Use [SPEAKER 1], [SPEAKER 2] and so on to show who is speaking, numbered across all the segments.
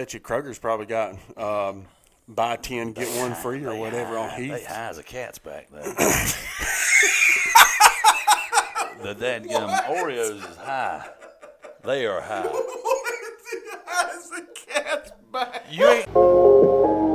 [SPEAKER 1] bet you Kroger's probably got um, buy ten get one free or
[SPEAKER 2] They
[SPEAKER 1] whatever on
[SPEAKER 2] high- They
[SPEAKER 1] Heath.
[SPEAKER 2] high as a cat's back then. the dadgum Oreos is high. They are high.
[SPEAKER 1] As a cat's back.
[SPEAKER 2] You ain't.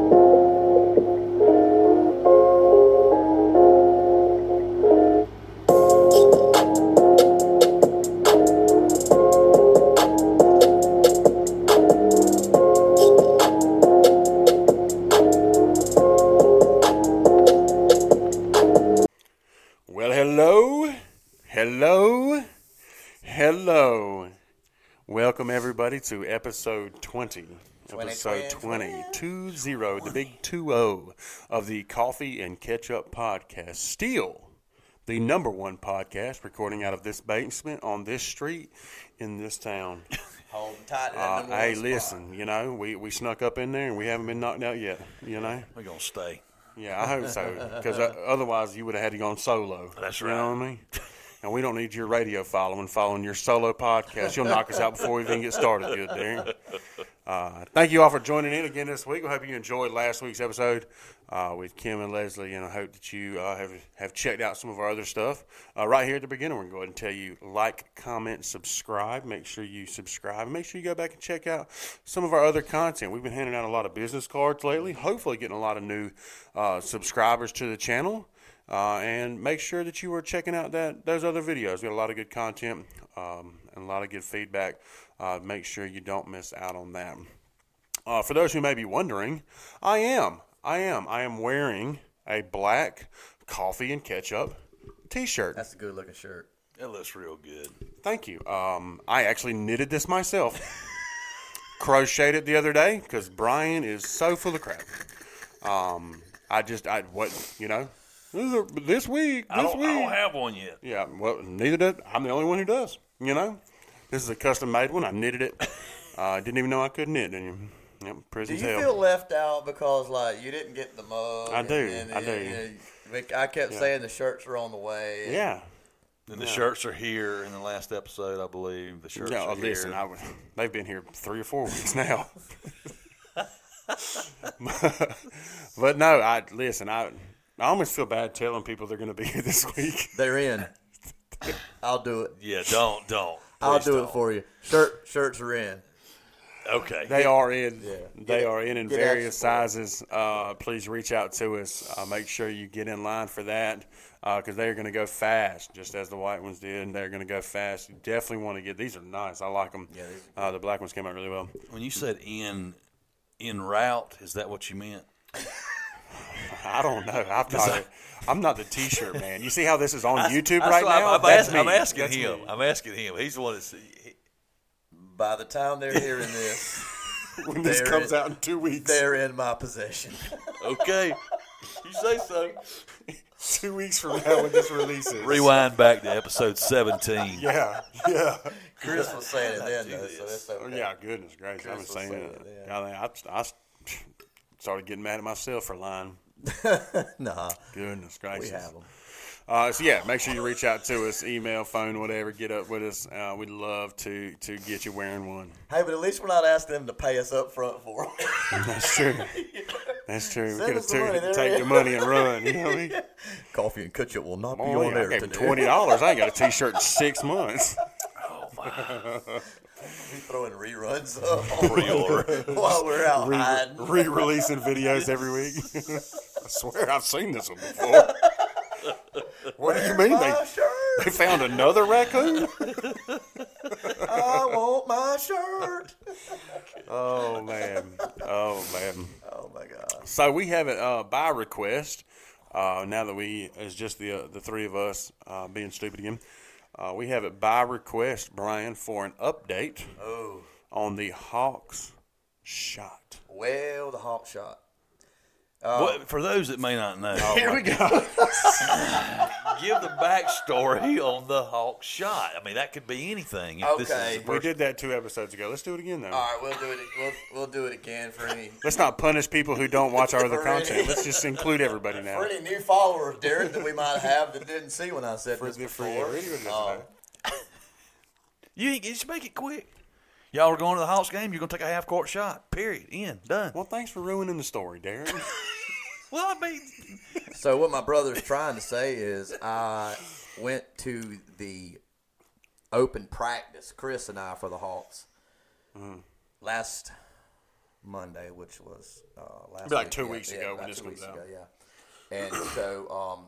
[SPEAKER 1] Well, hello, hello, hello. Welcome everybody to episode twenty. Episode 20, 20, the big 2-0 of the Coffee and Ketchup podcast. Still the number one podcast recording out of this basement on this street in this town.
[SPEAKER 3] Hold tight to that
[SPEAKER 1] Uh,
[SPEAKER 3] number one
[SPEAKER 1] hey,
[SPEAKER 3] spot.
[SPEAKER 1] listen, you know, we, we snuck up in there and we haven't been knocked out yet, you know?
[SPEAKER 2] We're gonna stay.
[SPEAKER 1] Yeah, I hope so, because otherwise you would have had to go on solo.
[SPEAKER 2] That's
[SPEAKER 1] You know what I mean? And we don't need your radio following, following your solo podcast. You'll knock us out before we even get started, good there. Uh, thank you all for joining in again this week. We hope you enjoyed last week's episode uh, with Kim and Leslie, and I hope that you uh, have have checked out some of our other stuff. Uh, right here at the beginning, we're going to go ahead and tell you like, comment, subscribe. Make sure you subscribe. Make sure you go back and check out some of our other content. We've been handing out a lot of business cards lately. Hopefully, getting a lot of new uh, subscribers to the channel. Uh, and make sure that you are checking out that those other videos. We got a lot of good content um, and a lot of good feedback. Uh, make sure you don't miss out on that. Uh, for those who may be wondering, I am, I am, I am wearing a black coffee and ketchup T-shirt.
[SPEAKER 3] That's a good looking shirt.
[SPEAKER 2] It looks real good.
[SPEAKER 1] Thank you. Um, I actually knitted this myself. Crocheted it the other day because Brian is so full of crap. Um, I just, I what, you know, this, is- this week,
[SPEAKER 2] I
[SPEAKER 1] this
[SPEAKER 2] don't,
[SPEAKER 1] week.
[SPEAKER 2] I don't have one yet.
[SPEAKER 1] Yeah, well, neither does. I'm the only one who does. You know, this is a custom made one. I knitted it. I uh, didn't even know I could knit. And yep,
[SPEAKER 3] Do
[SPEAKER 1] prison's
[SPEAKER 3] you
[SPEAKER 1] hell.
[SPEAKER 3] feel left out because like you didn't get the mug?
[SPEAKER 1] I
[SPEAKER 3] and
[SPEAKER 1] do,
[SPEAKER 3] then
[SPEAKER 1] I
[SPEAKER 3] you-
[SPEAKER 1] do.
[SPEAKER 3] you know, like, I kept saying the shirts are on the way. and-
[SPEAKER 1] yeah.
[SPEAKER 2] And the shirts are here in the last episode, I believe. The shirts
[SPEAKER 1] No,
[SPEAKER 2] are
[SPEAKER 1] uh, listen,
[SPEAKER 2] here.
[SPEAKER 1] I was, they've been here three or four weeks now. but no, I listen. I I almost feel bad telling people they're going to be here this week.
[SPEAKER 3] They're in. I'll do it.
[SPEAKER 2] yeah, don't, don't.
[SPEAKER 3] I'll
[SPEAKER 2] Please
[SPEAKER 3] do it
[SPEAKER 2] don't.
[SPEAKER 3] for you. Shirt shirts are in.
[SPEAKER 2] Okay.
[SPEAKER 1] They are in. They
[SPEAKER 3] Get-
[SPEAKER 1] are in in
[SPEAKER 3] get out your
[SPEAKER 1] various sizes. Uh, please reach out to us. Uh, make sure you get in line for that because they are going to go fast, just as the white ones did. They're going to go fast. You definitely want to get these. Are nice. I like them.
[SPEAKER 3] these
[SPEAKER 1] uh, the black ones came out really well.
[SPEAKER 2] when you said in, in route, is that what you meant?
[SPEAKER 1] I don't know. I'm not. a- I'm not the T-shirt man. You see how this is on YouTube
[SPEAKER 2] I-
[SPEAKER 1] right
[SPEAKER 2] so
[SPEAKER 1] now?
[SPEAKER 2] I'm, I'm,
[SPEAKER 1] That's
[SPEAKER 2] ask-
[SPEAKER 1] me.
[SPEAKER 2] I'm asking
[SPEAKER 1] That's
[SPEAKER 2] him.
[SPEAKER 1] me.
[SPEAKER 2] I'm asking him. He's the one that's.
[SPEAKER 3] By the time they're hearing this,
[SPEAKER 1] When this
[SPEAKER 3] There
[SPEAKER 1] comes
[SPEAKER 3] it-
[SPEAKER 1] out in two weeks,
[SPEAKER 3] they're in my possession.
[SPEAKER 2] Okay. you say so.
[SPEAKER 1] two weeks from now when this releases.
[SPEAKER 2] Rewind back to episode 17.
[SPEAKER 1] Yeah, yeah,
[SPEAKER 3] Chris was saying it then though, so that's okay.
[SPEAKER 1] yeah. Goodness gracious! I've been
[SPEAKER 3] Chris was
[SPEAKER 1] saying
[SPEAKER 3] saying
[SPEAKER 1] it.
[SPEAKER 3] it, yeah.
[SPEAKER 1] God, I, I started getting mad at myself for lying.
[SPEAKER 3] Nah,
[SPEAKER 1] Goodness
[SPEAKER 3] we
[SPEAKER 1] gracious!
[SPEAKER 3] have them.
[SPEAKER 1] Uh, so yeah, make sure you reach out to us, email, phone, whatever. Get up with us. Uh, we'd love to to get you wearing one.
[SPEAKER 3] Hey, but at least we're not asking them to pay us up front for them.
[SPEAKER 1] That's true. That's true. we
[SPEAKER 3] Send
[SPEAKER 1] could have
[SPEAKER 3] us the money,
[SPEAKER 1] took-
[SPEAKER 3] there
[SPEAKER 1] take
[SPEAKER 3] it
[SPEAKER 1] the
[SPEAKER 3] is.
[SPEAKER 1] money and run. You know what I mean?
[SPEAKER 3] Coffee and ketchup will not be
[SPEAKER 1] Oh,
[SPEAKER 3] on
[SPEAKER 1] yeah, I
[SPEAKER 3] there
[SPEAKER 1] gave him
[SPEAKER 3] today.
[SPEAKER 1] twenty dollars. I ain't got a T-shirt in six months.
[SPEAKER 3] Be throwing reruns up
[SPEAKER 2] Pre-order.
[SPEAKER 3] while we're out hiding.
[SPEAKER 1] Re-releasing videos every week. I swear I've seen this one before. What do you mean they,
[SPEAKER 3] my shirt.
[SPEAKER 1] they found another raccoon?
[SPEAKER 3] I want my shirt.
[SPEAKER 1] Oh man. Oh man.
[SPEAKER 3] Oh my god.
[SPEAKER 1] So we have it uh, by request. Uh, now that we it's just the uh, the three of us uh, being stupid again, uh, we have it by request, Brian, for an update
[SPEAKER 3] Oh.
[SPEAKER 1] on the Hawks shot.
[SPEAKER 3] Well, the hawk shot.
[SPEAKER 2] What, for those that may not know,
[SPEAKER 1] Here we go.
[SPEAKER 3] Oh.
[SPEAKER 2] give the backstory on the Hawk shot. I mean, that could be anything. If This is
[SPEAKER 3] Okay.
[SPEAKER 2] the
[SPEAKER 1] we
[SPEAKER 2] first-
[SPEAKER 1] did that two episodes ago. Let's do it again though.
[SPEAKER 3] All right, we'll do it. We'll, we'll do it again for any
[SPEAKER 1] Let's not punish people who don't watch our other
[SPEAKER 3] For any-
[SPEAKER 1] content. Let's just include everybody now.
[SPEAKER 3] for any new followers, Derek, that we might have that didn't see when I said this
[SPEAKER 1] the
[SPEAKER 3] before.
[SPEAKER 1] radio
[SPEAKER 3] Um,
[SPEAKER 1] listener.
[SPEAKER 2] you ain't- just make it quick. Y'all are going to the Hawks game. You're going to take a half court shot. Period. End. Done.
[SPEAKER 1] Well, thanks for ruining the story, Darren.
[SPEAKER 2] Well, I mean,
[SPEAKER 3] So what my brother's trying to say is I went to the open practice, Chris and I for the Hawks
[SPEAKER 1] Mm.
[SPEAKER 3] last Monday, which was uh, last
[SPEAKER 1] Be like
[SPEAKER 3] week,
[SPEAKER 1] two
[SPEAKER 3] yeah,
[SPEAKER 1] weeks
[SPEAKER 3] yeah,
[SPEAKER 1] ago when
[SPEAKER 3] about
[SPEAKER 1] this
[SPEAKER 3] two
[SPEAKER 1] comes
[SPEAKER 3] weeks
[SPEAKER 1] out.
[SPEAKER 3] ago, yeah. And so um,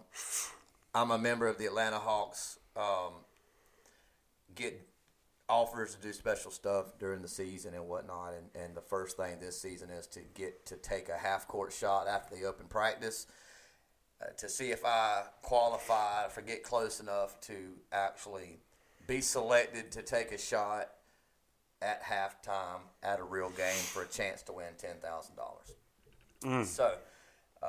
[SPEAKER 3] I'm a member of the Atlanta Hawks. Um, get offers to do special stuff during the season and whatnot. And, and the first thing this season is to get to take a half court shot after the open practice uh, to see if I qualify, if I get close enough to actually be selected to take a shot at halftime at a real game for a chance to win ten thousand
[SPEAKER 1] Mm.
[SPEAKER 3] dollars. So. Uh,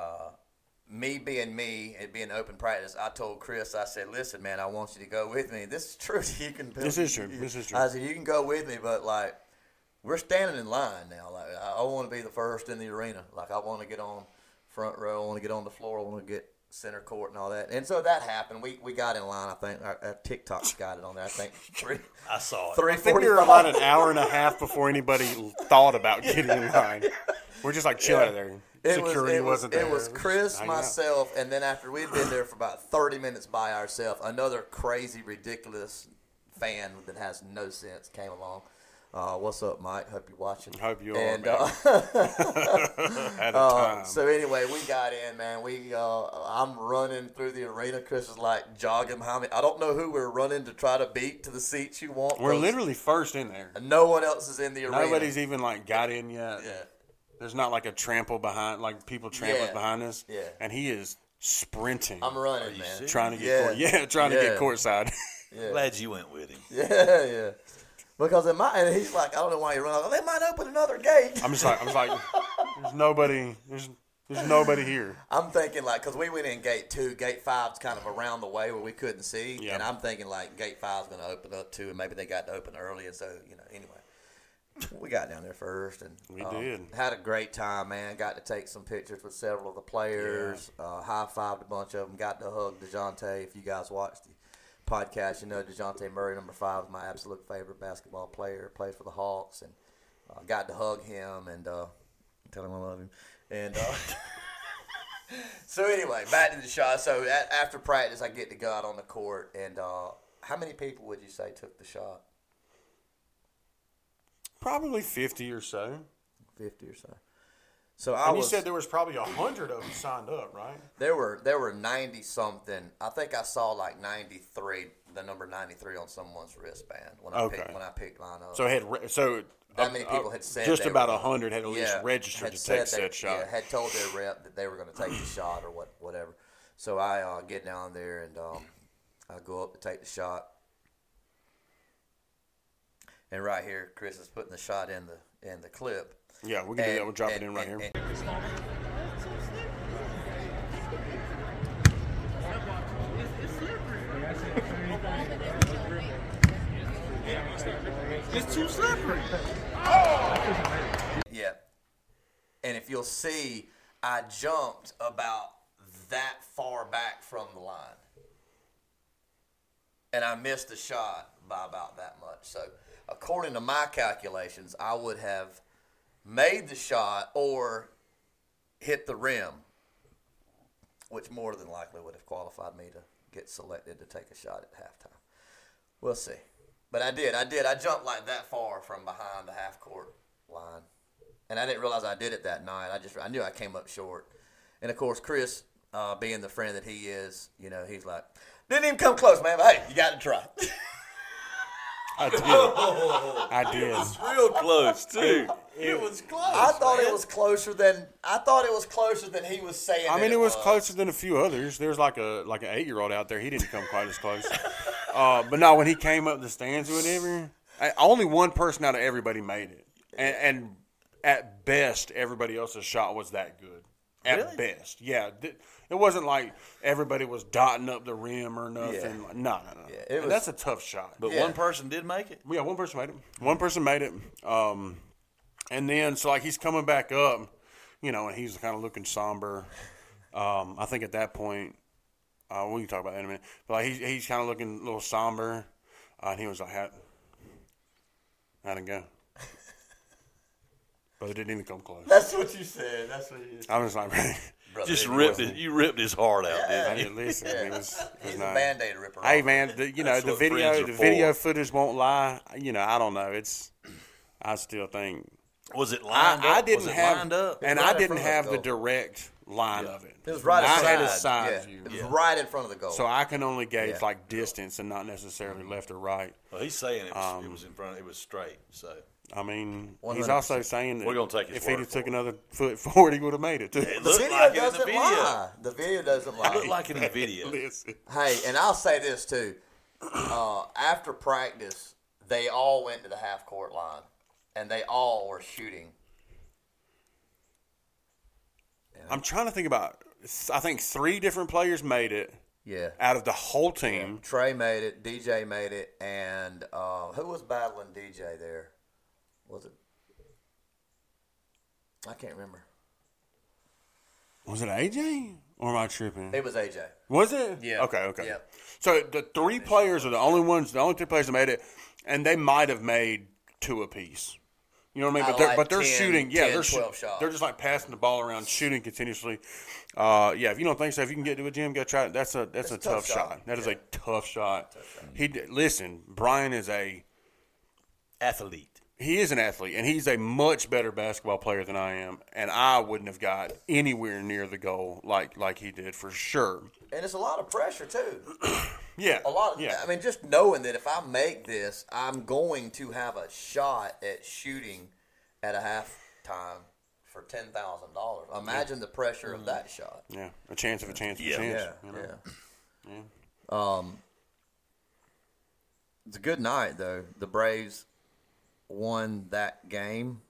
[SPEAKER 3] me being me, it being open practice, I told Chris, I said, "Listen, man, I want you to go with me. This is true. You can.
[SPEAKER 1] This is true. This is true.
[SPEAKER 3] I said, you can go with me, but like, we're standing in line now. Like, I, I want to be the first in the arena. Like, I want to get on front row. I want to get on the floor. I want to get center court and all that. And so that happened. We we got in line. I think our, our TikTok's got it on there. I think three
[SPEAKER 2] I saw it.
[SPEAKER 3] three
[SPEAKER 1] I think
[SPEAKER 3] forty
[SPEAKER 1] we were about an hour and a half before anybody thought about getting in line. We're just like chilling there.
[SPEAKER 3] It was,
[SPEAKER 1] Security
[SPEAKER 3] it was,
[SPEAKER 1] not there.
[SPEAKER 3] It was Chris,
[SPEAKER 1] hanging out.
[SPEAKER 3] myself, and then after we'd been there for about 30 minutes by ourselves, another crazy, ridiculous fan that has no sense came along. Uh, what's up, Mike? Hope you're watching.
[SPEAKER 1] Hope you are,
[SPEAKER 3] And,
[SPEAKER 1] man.
[SPEAKER 3] uh,
[SPEAKER 1] at a
[SPEAKER 3] uh,
[SPEAKER 1] time.
[SPEAKER 3] so anyway, we got in, man. We uh, I'm running through the arena. Chris is like jogging behind me. I don't know who we're running to try to beat to the seats you want.
[SPEAKER 1] we're
[SPEAKER 3] 'cause
[SPEAKER 1] literally first in there.
[SPEAKER 3] no one else is in the arena.
[SPEAKER 1] Nobody's even like got in yet.
[SPEAKER 3] Yeah.
[SPEAKER 1] There's not like a trample behind, like people trampling
[SPEAKER 3] Yeah.
[SPEAKER 1] behind us.
[SPEAKER 3] Yeah.
[SPEAKER 1] And he is sprinting,
[SPEAKER 3] I'm running, man.
[SPEAKER 2] serious?
[SPEAKER 1] trying to get
[SPEAKER 3] Yeah.
[SPEAKER 1] court, yeah, trying to
[SPEAKER 3] Yeah.
[SPEAKER 1] get courtside.
[SPEAKER 2] Glad you went with him.
[SPEAKER 3] Yeah, yeah. Because it might, and he's like, I don't know why you run. off. They might open another gate.
[SPEAKER 1] I'm just like, I'm just like, there's nobody, there's there's nobody here.
[SPEAKER 3] I'm thinking like, because we went in gate two, gate five's kind of around the way where we couldn't see,
[SPEAKER 1] Yeah.
[SPEAKER 3] and I'm thinking like gate five's going to open up too, and maybe they got to open early, and so you know, anyway. We got down there first, and um,
[SPEAKER 1] We did.
[SPEAKER 3] Had a great time, man. Got to take some pictures with several of the players. Uh, High fived a bunch of them. Got to hug Dejounte. If you guys watched the podcast, you know Dejounte Murray, number five, is my absolute favorite basketball player. Plays for the Hawks, and uh, got to hug him and uh, tell him I love him. And uh, so anyway, back to the shot. So a after practice, I get to go out on the court, and uh, how many people would you say took the shot?
[SPEAKER 1] Probably 50 or so.
[SPEAKER 3] Fifty or so. So I
[SPEAKER 1] And you
[SPEAKER 3] was.
[SPEAKER 1] said there was probably a hundred of them signed up, right?
[SPEAKER 3] There were there were ninety something. I think I saw like ninety three, the number ninety three on someone's wristband when I
[SPEAKER 1] Okay.
[SPEAKER 3] picked when I picked mine up.
[SPEAKER 1] So it had re- so
[SPEAKER 3] That many people had said
[SPEAKER 1] just
[SPEAKER 3] they
[SPEAKER 1] about
[SPEAKER 3] were-
[SPEAKER 1] a hundred had at least
[SPEAKER 3] Yeah,
[SPEAKER 1] registered
[SPEAKER 3] had
[SPEAKER 1] to
[SPEAKER 3] said
[SPEAKER 1] take
[SPEAKER 3] they-
[SPEAKER 1] said shot.
[SPEAKER 3] Yeah, had told their rep that they were going to take the shot or what whatever. So I uh, get down there and um, I go up to take the shot, and right here Chris is putting the shot in the in the clip.
[SPEAKER 1] Yeah, we can do that.
[SPEAKER 3] And-
[SPEAKER 1] We'll drop it
[SPEAKER 3] and-
[SPEAKER 1] in right
[SPEAKER 3] and-
[SPEAKER 1] here.
[SPEAKER 3] and-
[SPEAKER 4] It's too slippery.
[SPEAKER 3] Yeah. And if you'll see, I jumped about that far back from the line. And I missed the shot by about that much. So, according to my calculations, I would have made the shot or hit the rim, which more than likely would have qualified me to get selected to take a shot at halftime. We'll see. But I did. I did. I jumped like that far from behind the half court line. And I didn't realize I did it that night. I just I knew I came up short. And of course, Chris, uh, being the friend that he is, you know, he's like, didn't even come close, man. But hey, you got to try.
[SPEAKER 1] I did. I did.
[SPEAKER 2] Real close too. It was close.
[SPEAKER 3] I thought it was closer than I thought it was closer than he was saying.
[SPEAKER 1] I
[SPEAKER 3] that
[SPEAKER 1] mean, it was
[SPEAKER 3] was
[SPEAKER 1] closer than a few others. There's like a like an eight year old out there. He didn't come quite as close. Uh, but no, when he came up the stands or whatever, I, only one person out of everybody made it, and, and at best, everybody else's shot was that good. At
[SPEAKER 2] Really?
[SPEAKER 1] best, yeah. Th- it wasn't like everybody was dotting up the rim or nothing. No, no, no.
[SPEAKER 3] it
[SPEAKER 1] And
[SPEAKER 3] was-
[SPEAKER 1] that's a tough shot.
[SPEAKER 2] But
[SPEAKER 3] Yeah.
[SPEAKER 2] one person did make it.
[SPEAKER 1] Yeah, one person made it. One person made it. Um, and then so like he's coming back up, you know, and he's kind of looking somber. Um, I think at that point, uh, we can talk about that in a minute. But like he's he's kind of looking a little somber, uh, and he was like, "How, how'd it go?" But it didn't even come close.
[SPEAKER 3] That's what you said. That's what you said.
[SPEAKER 1] I'm just like, man,
[SPEAKER 3] Brother,
[SPEAKER 2] Just
[SPEAKER 3] it
[SPEAKER 2] ripped
[SPEAKER 3] wasn't-
[SPEAKER 2] it. You ripped his heart out,
[SPEAKER 1] I
[SPEAKER 2] didn't you?
[SPEAKER 1] didn't listen. It was, it was
[SPEAKER 3] He's a
[SPEAKER 1] not.
[SPEAKER 3] band-aid ripper.
[SPEAKER 1] Hey man, the, you know
[SPEAKER 2] That's
[SPEAKER 1] the
[SPEAKER 2] what friends
[SPEAKER 1] video,
[SPEAKER 2] are
[SPEAKER 1] the
[SPEAKER 2] for.
[SPEAKER 1] video footage won't lie. You know, I don't know. It's, I still think
[SPEAKER 2] Was it
[SPEAKER 1] I,
[SPEAKER 2] lined up?
[SPEAKER 1] I didn't
[SPEAKER 2] was it
[SPEAKER 1] have,
[SPEAKER 2] lined up?
[SPEAKER 1] and
[SPEAKER 3] Right
[SPEAKER 1] I
[SPEAKER 3] in
[SPEAKER 1] didn't
[SPEAKER 3] front of the
[SPEAKER 1] have the
[SPEAKER 3] goal.
[SPEAKER 1] direct line of it.
[SPEAKER 3] It was right.
[SPEAKER 1] I
[SPEAKER 3] inside.
[SPEAKER 1] had a side
[SPEAKER 3] yeah.
[SPEAKER 1] view,
[SPEAKER 3] It was
[SPEAKER 2] Yeah.
[SPEAKER 3] right in front of the goal.
[SPEAKER 1] so I can only gauge
[SPEAKER 3] Yeah.
[SPEAKER 1] like distance and not necessarily left or right.
[SPEAKER 2] Well, he's saying it
[SPEAKER 3] um,
[SPEAKER 2] was, it was in front. It was straight. So
[SPEAKER 1] I mean, he's
[SPEAKER 3] 100%.
[SPEAKER 1] also saying that
[SPEAKER 2] We're gonna take his
[SPEAKER 1] if he
[SPEAKER 2] word
[SPEAKER 1] would
[SPEAKER 2] for
[SPEAKER 1] took
[SPEAKER 2] it.
[SPEAKER 1] another foot forward, he would have made it too.
[SPEAKER 2] it
[SPEAKER 3] the
[SPEAKER 2] looked
[SPEAKER 3] video
[SPEAKER 2] like it in
[SPEAKER 3] doesn't
[SPEAKER 2] the video.
[SPEAKER 3] lie. The video doesn't
[SPEAKER 2] It looked
[SPEAKER 3] lie.
[SPEAKER 2] like it in the video.
[SPEAKER 1] Listen.
[SPEAKER 3] hey, and I'll say this too. Uh, after practice, they all went to the half court line, and they all were shooting.
[SPEAKER 1] I'm trying to think about. I think three different players made it
[SPEAKER 3] Yeah.
[SPEAKER 1] out of the whole team.
[SPEAKER 3] Um, Trey made it. DJ made it, and uh, who was battling DJ there? Was it? I can't remember.
[SPEAKER 1] Was it AJ or am I tripping?
[SPEAKER 3] It was AJ.
[SPEAKER 1] Was it?
[SPEAKER 3] Yeah.
[SPEAKER 1] Okay. Okay.
[SPEAKER 3] Yeah.
[SPEAKER 1] So the three players are the only ones, the only two players that made it, and they might have made two apiece. You know what I mean?
[SPEAKER 3] Out
[SPEAKER 1] But
[SPEAKER 3] of
[SPEAKER 1] they're
[SPEAKER 3] like
[SPEAKER 1] but they're
[SPEAKER 3] 10,
[SPEAKER 1] shooting. Yeah,
[SPEAKER 3] 10,
[SPEAKER 1] they're shoo-
[SPEAKER 3] 12 shots.
[SPEAKER 1] They're just like passing the ball around, shooting continuously. Uh, yeah. If you don't think so, if you can get to a gym, go try it. That's a that's, a, tough, shot. That is a tough shot. He d- listen. Brian is a
[SPEAKER 2] Athlete.
[SPEAKER 1] he is an athlete and he's a much better basketball player than I am and I wouldn't have got anywhere near the goal like like he did for sure.
[SPEAKER 3] And it's a lot of pressure too.
[SPEAKER 1] Yeah.
[SPEAKER 3] A lot. Of,
[SPEAKER 1] yeah.
[SPEAKER 3] I mean, just knowing that if I make this, I'm going to have a shot at shooting at a halftime for ten thousand dollars. Imagine the pressure of that shot.
[SPEAKER 1] yeah. A chance of a chance of
[SPEAKER 2] Yeah.
[SPEAKER 1] a chance.
[SPEAKER 3] Yeah,
[SPEAKER 1] you know?
[SPEAKER 3] yeah. Um, it's a good night though. The Braves won that game.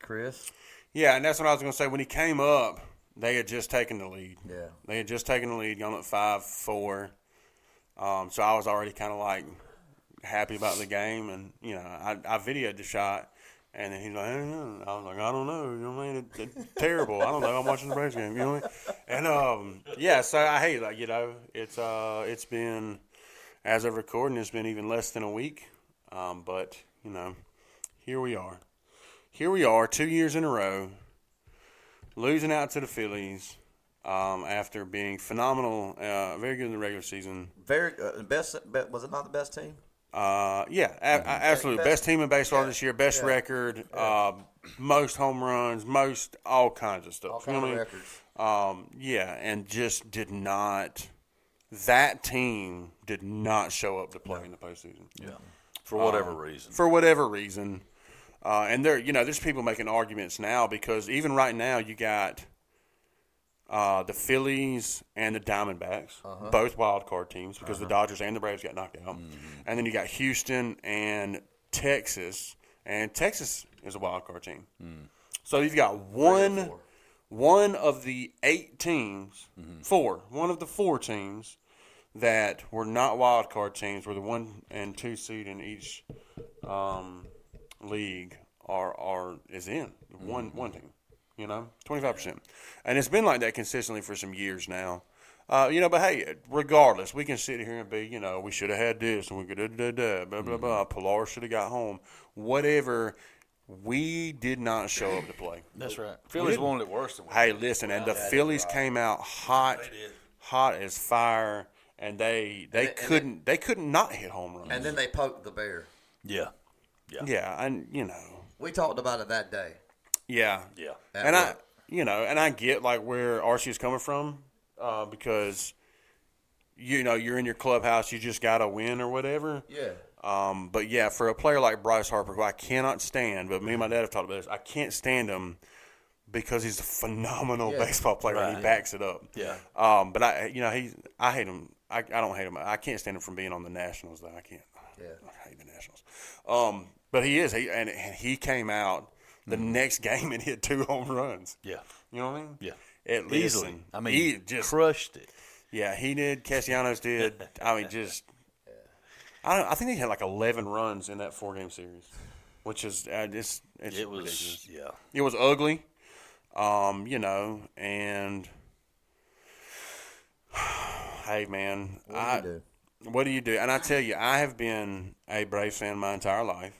[SPEAKER 3] Chris,
[SPEAKER 1] Yeah, and that's what I was going to say. When he came up, they had just taken the lead.
[SPEAKER 3] Yeah.
[SPEAKER 1] They had just taken the lead, gone up 5 4. Um, so I was already kind of like happy about the game. And, you know, I, I videoed the shot. And then he's like, "Eh, eh." I was like, I don't know. You know what I mean? It, it's terrible. I don't know. I'm watching the Braves game. You know what I mean? And, um, yeah, so I hate, like, you know, it's uh, it's been, as of recording, it's been even less than a week. Um, but, you know, here we are here we are, two years in a row, losing out to the Phillies um, after being phenomenal, uh, very good in the regular season.
[SPEAKER 3] very uh, best. be- Was it not the best team?
[SPEAKER 1] Uh, yeah, a- a- absolutely. Best,
[SPEAKER 3] Mm-hmm. Best-
[SPEAKER 1] team in baseball
[SPEAKER 3] yeah,
[SPEAKER 1] this year, best
[SPEAKER 3] yeah.
[SPEAKER 1] record, uh, most home runs, most all kinds of stuff.
[SPEAKER 3] All
[SPEAKER 1] You
[SPEAKER 3] kind
[SPEAKER 1] know what
[SPEAKER 3] of
[SPEAKER 1] I mean?
[SPEAKER 3] records.
[SPEAKER 1] Um, yeah, and just did not. That team did not show up to play in the postseason. Yeah
[SPEAKER 2] For whatever reason.
[SPEAKER 1] for whatever reason. Uh, and there, you know, there's people making arguments now because even right now you got uh, the Phillies and the Diamondbacks, both wild card teams, because the Dodgers and the Braves got knocked out, and then you got Houston and Texas, and Texas is a wild card team. So you've got one,
[SPEAKER 3] four.
[SPEAKER 1] one of the eight teams, four, one of the four teams that were not wild card teams, were the one and two seed in each um, league are are is in one one team. You know, twenty five percent, and it's been like that consistently for some years now. Uh, you know, but hey, regardless, we can sit here and be, you know, we should have had this, and we could have da da blah blah blah. Pilar should have got home, whatever. We did not show up to play.
[SPEAKER 2] That's right. Phillies wanted it worse than we
[SPEAKER 1] Hey, listen, and the Phillies came out hot,
[SPEAKER 2] They did.
[SPEAKER 1] hot as fire, and they they
[SPEAKER 3] and they-
[SPEAKER 1] couldn't they couldn't not hit home runs.
[SPEAKER 3] And then they poked the bear.
[SPEAKER 2] Yeah.
[SPEAKER 1] yeah, and you know,
[SPEAKER 3] We talked about it that day.
[SPEAKER 1] yeah,
[SPEAKER 2] Yeah.
[SPEAKER 3] That
[SPEAKER 1] and I,
[SPEAKER 3] worked.
[SPEAKER 1] you know, and I get like where Archie is coming from, uh, because you know you're in your clubhouse, you just got to win or whatever.
[SPEAKER 3] yeah.
[SPEAKER 1] Um, but yeah, for a player like Bryce Harper, who I cannot stand, but me and my dad have talked about this, I can't stand him because he's a phenomenal
[SPEAKER 3] Yeah.
[SPEAKER 1] baseball player and he
[SPEAKER 2] Right.
[SPEAKER 1] backs it up.
[SPEAKER 2] Yeah.
[SPEAKER 1] Um, but I, you know, he, I hate him. I, I don't hate him. I can't stand him from being on the Nationals though. I can't.
[SPEAKER 3] Yeah.
[SPEAKER 1] I hate the Nationals. Um, but he is. He and, and he came out the next game and hit two home runs.
[SPEAKER 2] Yeah.
[SPEAKER 1] You know what I mean?
[SPEAKER 2] Yeah.
[SPEAKER 1] At least
[SPEAKER 2] Easily. I mean,
[SPEAKER 1] he just
[SPEAKER 2] crushed it.
[SPEAKER 1] yeah, he did. Castellanos did. I mean, just. I don't. I think he had like eleven runs in that four game series, which is uh, it's, it's
[SPEAKER 2] It was,
[SPEAKER 1] ridiculous.
[SPEAKER 2] yeah.
[SPEAKER 1] It was ugly, um, you know, and hey, man,
[SPEAKER 3] What
[SPEAKER 1] I,
[SPEAKER 3] did you do?
[SPEAKER 1] what do you do? And I tell you, I have been a Braves fan my entire life,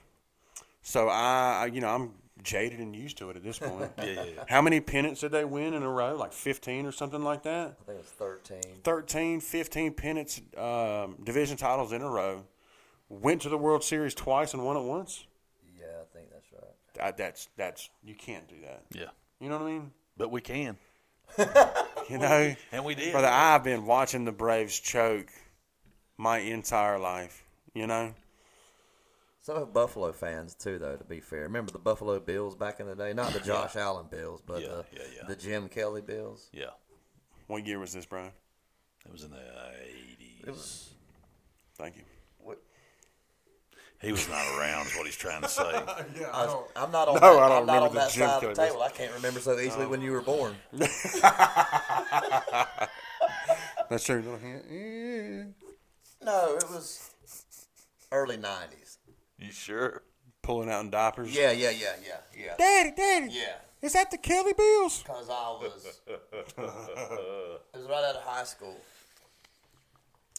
[SPEAKER 1] so I, I- you know, I'm jaded and used to it at this point.
[SPEAKER 2] Yeah, yeah, yeah.
[SPEAKER 1] How many pennants did they win in a row? Like 15 or something like that?
[SPEAKER 3] I think it was 13.
[SPEAKER 1] 13, 15 pennants, um, division titles in a row. Went to the World Series twice and won it once.
[SPEAKER 3] Yeah, I think that's right.
[SPEAKER 1] I, that's that's you can't do that.
[SPEAKER 2] Yeah.
[SPEAKER 1] You know what I mean?
[SPEAKER 2] But we can.
[SPEAKER 1] You know,
[SPEAKER 2] And we did.
[SPEAKER 1] brother, I've been watching the Braves choke my entire life. You know,
[SPEAKER 3] Some of Buffalo fans too, though. To be fair, remember the Buffalo Bills back in the day? Not the Josh Allen Bills, but
[SPEAKER 2] Yeah,
[SPEAKER 3] the,
[SPEAKER 2] yeah, yeah.
[SPEAKER 3] the Jim Kelly Bills.
[SPEAKER 2] yeah.
[SPEAKER 1] what year was this, Brian?
[SPEAKER 2] It was in the 80s.
[SPEAKER 3] It was
[SPEAKER 1] Thank you.
[SPEAKER 2] He was not around, is what he's trying to say.
[SPEAKER 3] I am not on.
[SPEAKER 1] No,
[SPEAKER 3] that,
[SPEAKER 1] I don't
[SPEAKER 3] I'm not
[SPEAKER 1] remember
[SPEAKER 3] on
[SPEAKER 1] the
[SPEAKER 3] that
[SPEAKER 1] Jim
[SPEAKER 3] side of the
[SPEAKER 1] Kelly
[SPEAKER 3] table. I can't remember so easily when you were born.
[SPEAKER 1] That's true. Little hint. Eh.
[SPEAKER 3] No, it was early '90s.
[SPEAKER 2] You sure?
[SPEAKER 1] Pulling out in diapers.
[SPEAKER 3] Yeah, yeah, yeah, yeah, yeah,
[SPEAKER 1] Daddy, daddy,
[SPEAKER 3] yeah.
[SPEAKER 1] is that the Kelly Bills?
[SPEAKER 3] Because I was, it was right out of high school.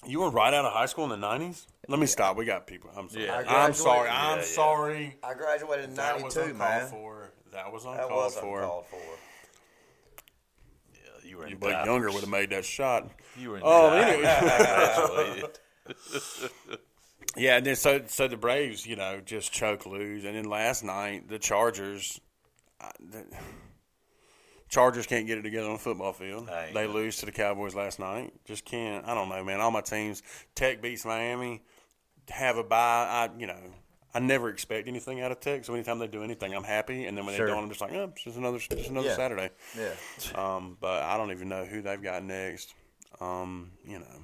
[SPEAKER 1] You were right out of high school in the nineties. Let me stop. We got people. I'm sorry.
[SPEAKER 2] Yeah. I
[SPEAKER 1] I'm
[SPEAKER 3] graduated.
[SPEAKER 1] sorry.
[SPEAKER 3] Yeah,
[SPEAKER 1] I'm
[SPEAKER 2] yeah.
[SPEAKER 1] sorry.
[SPEAKER 3] I graduated in
[SPEAKER 1] That was
[SPEAKER 3] '92,
[SPEAKER 1] uncalled
[SPEAKER 3] man.
[SPEAKER 1] for. That was uncalled
[SPEAKER 3] That was
[SPEAKER 1] for.
[SPEAKER 3] uncalled for.
[SPEAKER 2] Yeah, you were in
[SPEAKER 1] You look
[SPEAKER 2] diapers.
[SPEAKER 1] younger would have made that shot.
[SPEAKER 2] You were in
[SPEAKER 1] Oh,
[SPEAKER 2] diapers.
[SPEAKER 1] anyway.
[SPEAKER 2] Congratulated.
[SPEAKER 1] Yeah, and then so so the Braves, you know, just choke lose, and then last night the Chargers, I, the, Chargers can't get it together on the football field.
[SPEAKER 2] Hey.
[SPEAKER 1] They lose to the Cowboys last night. Just can't. I don't know, man. All my teams, Tech beats Miami, have a bye. I you know. I never expect anything out of Tech, so anytime they do anything, I'm happy. And then when
[SPEAKER 3] Sure.
[SPEAKER 1] they don't, I'm just like, oh, it's just another, just another
[SPEAKER 3] Yeah.
[SPEAKER 1] Saturday.
[SPEAKER 3] Yeah.
[SPEAKER 1] Um, but I don't even know who they've got next. Um, you know,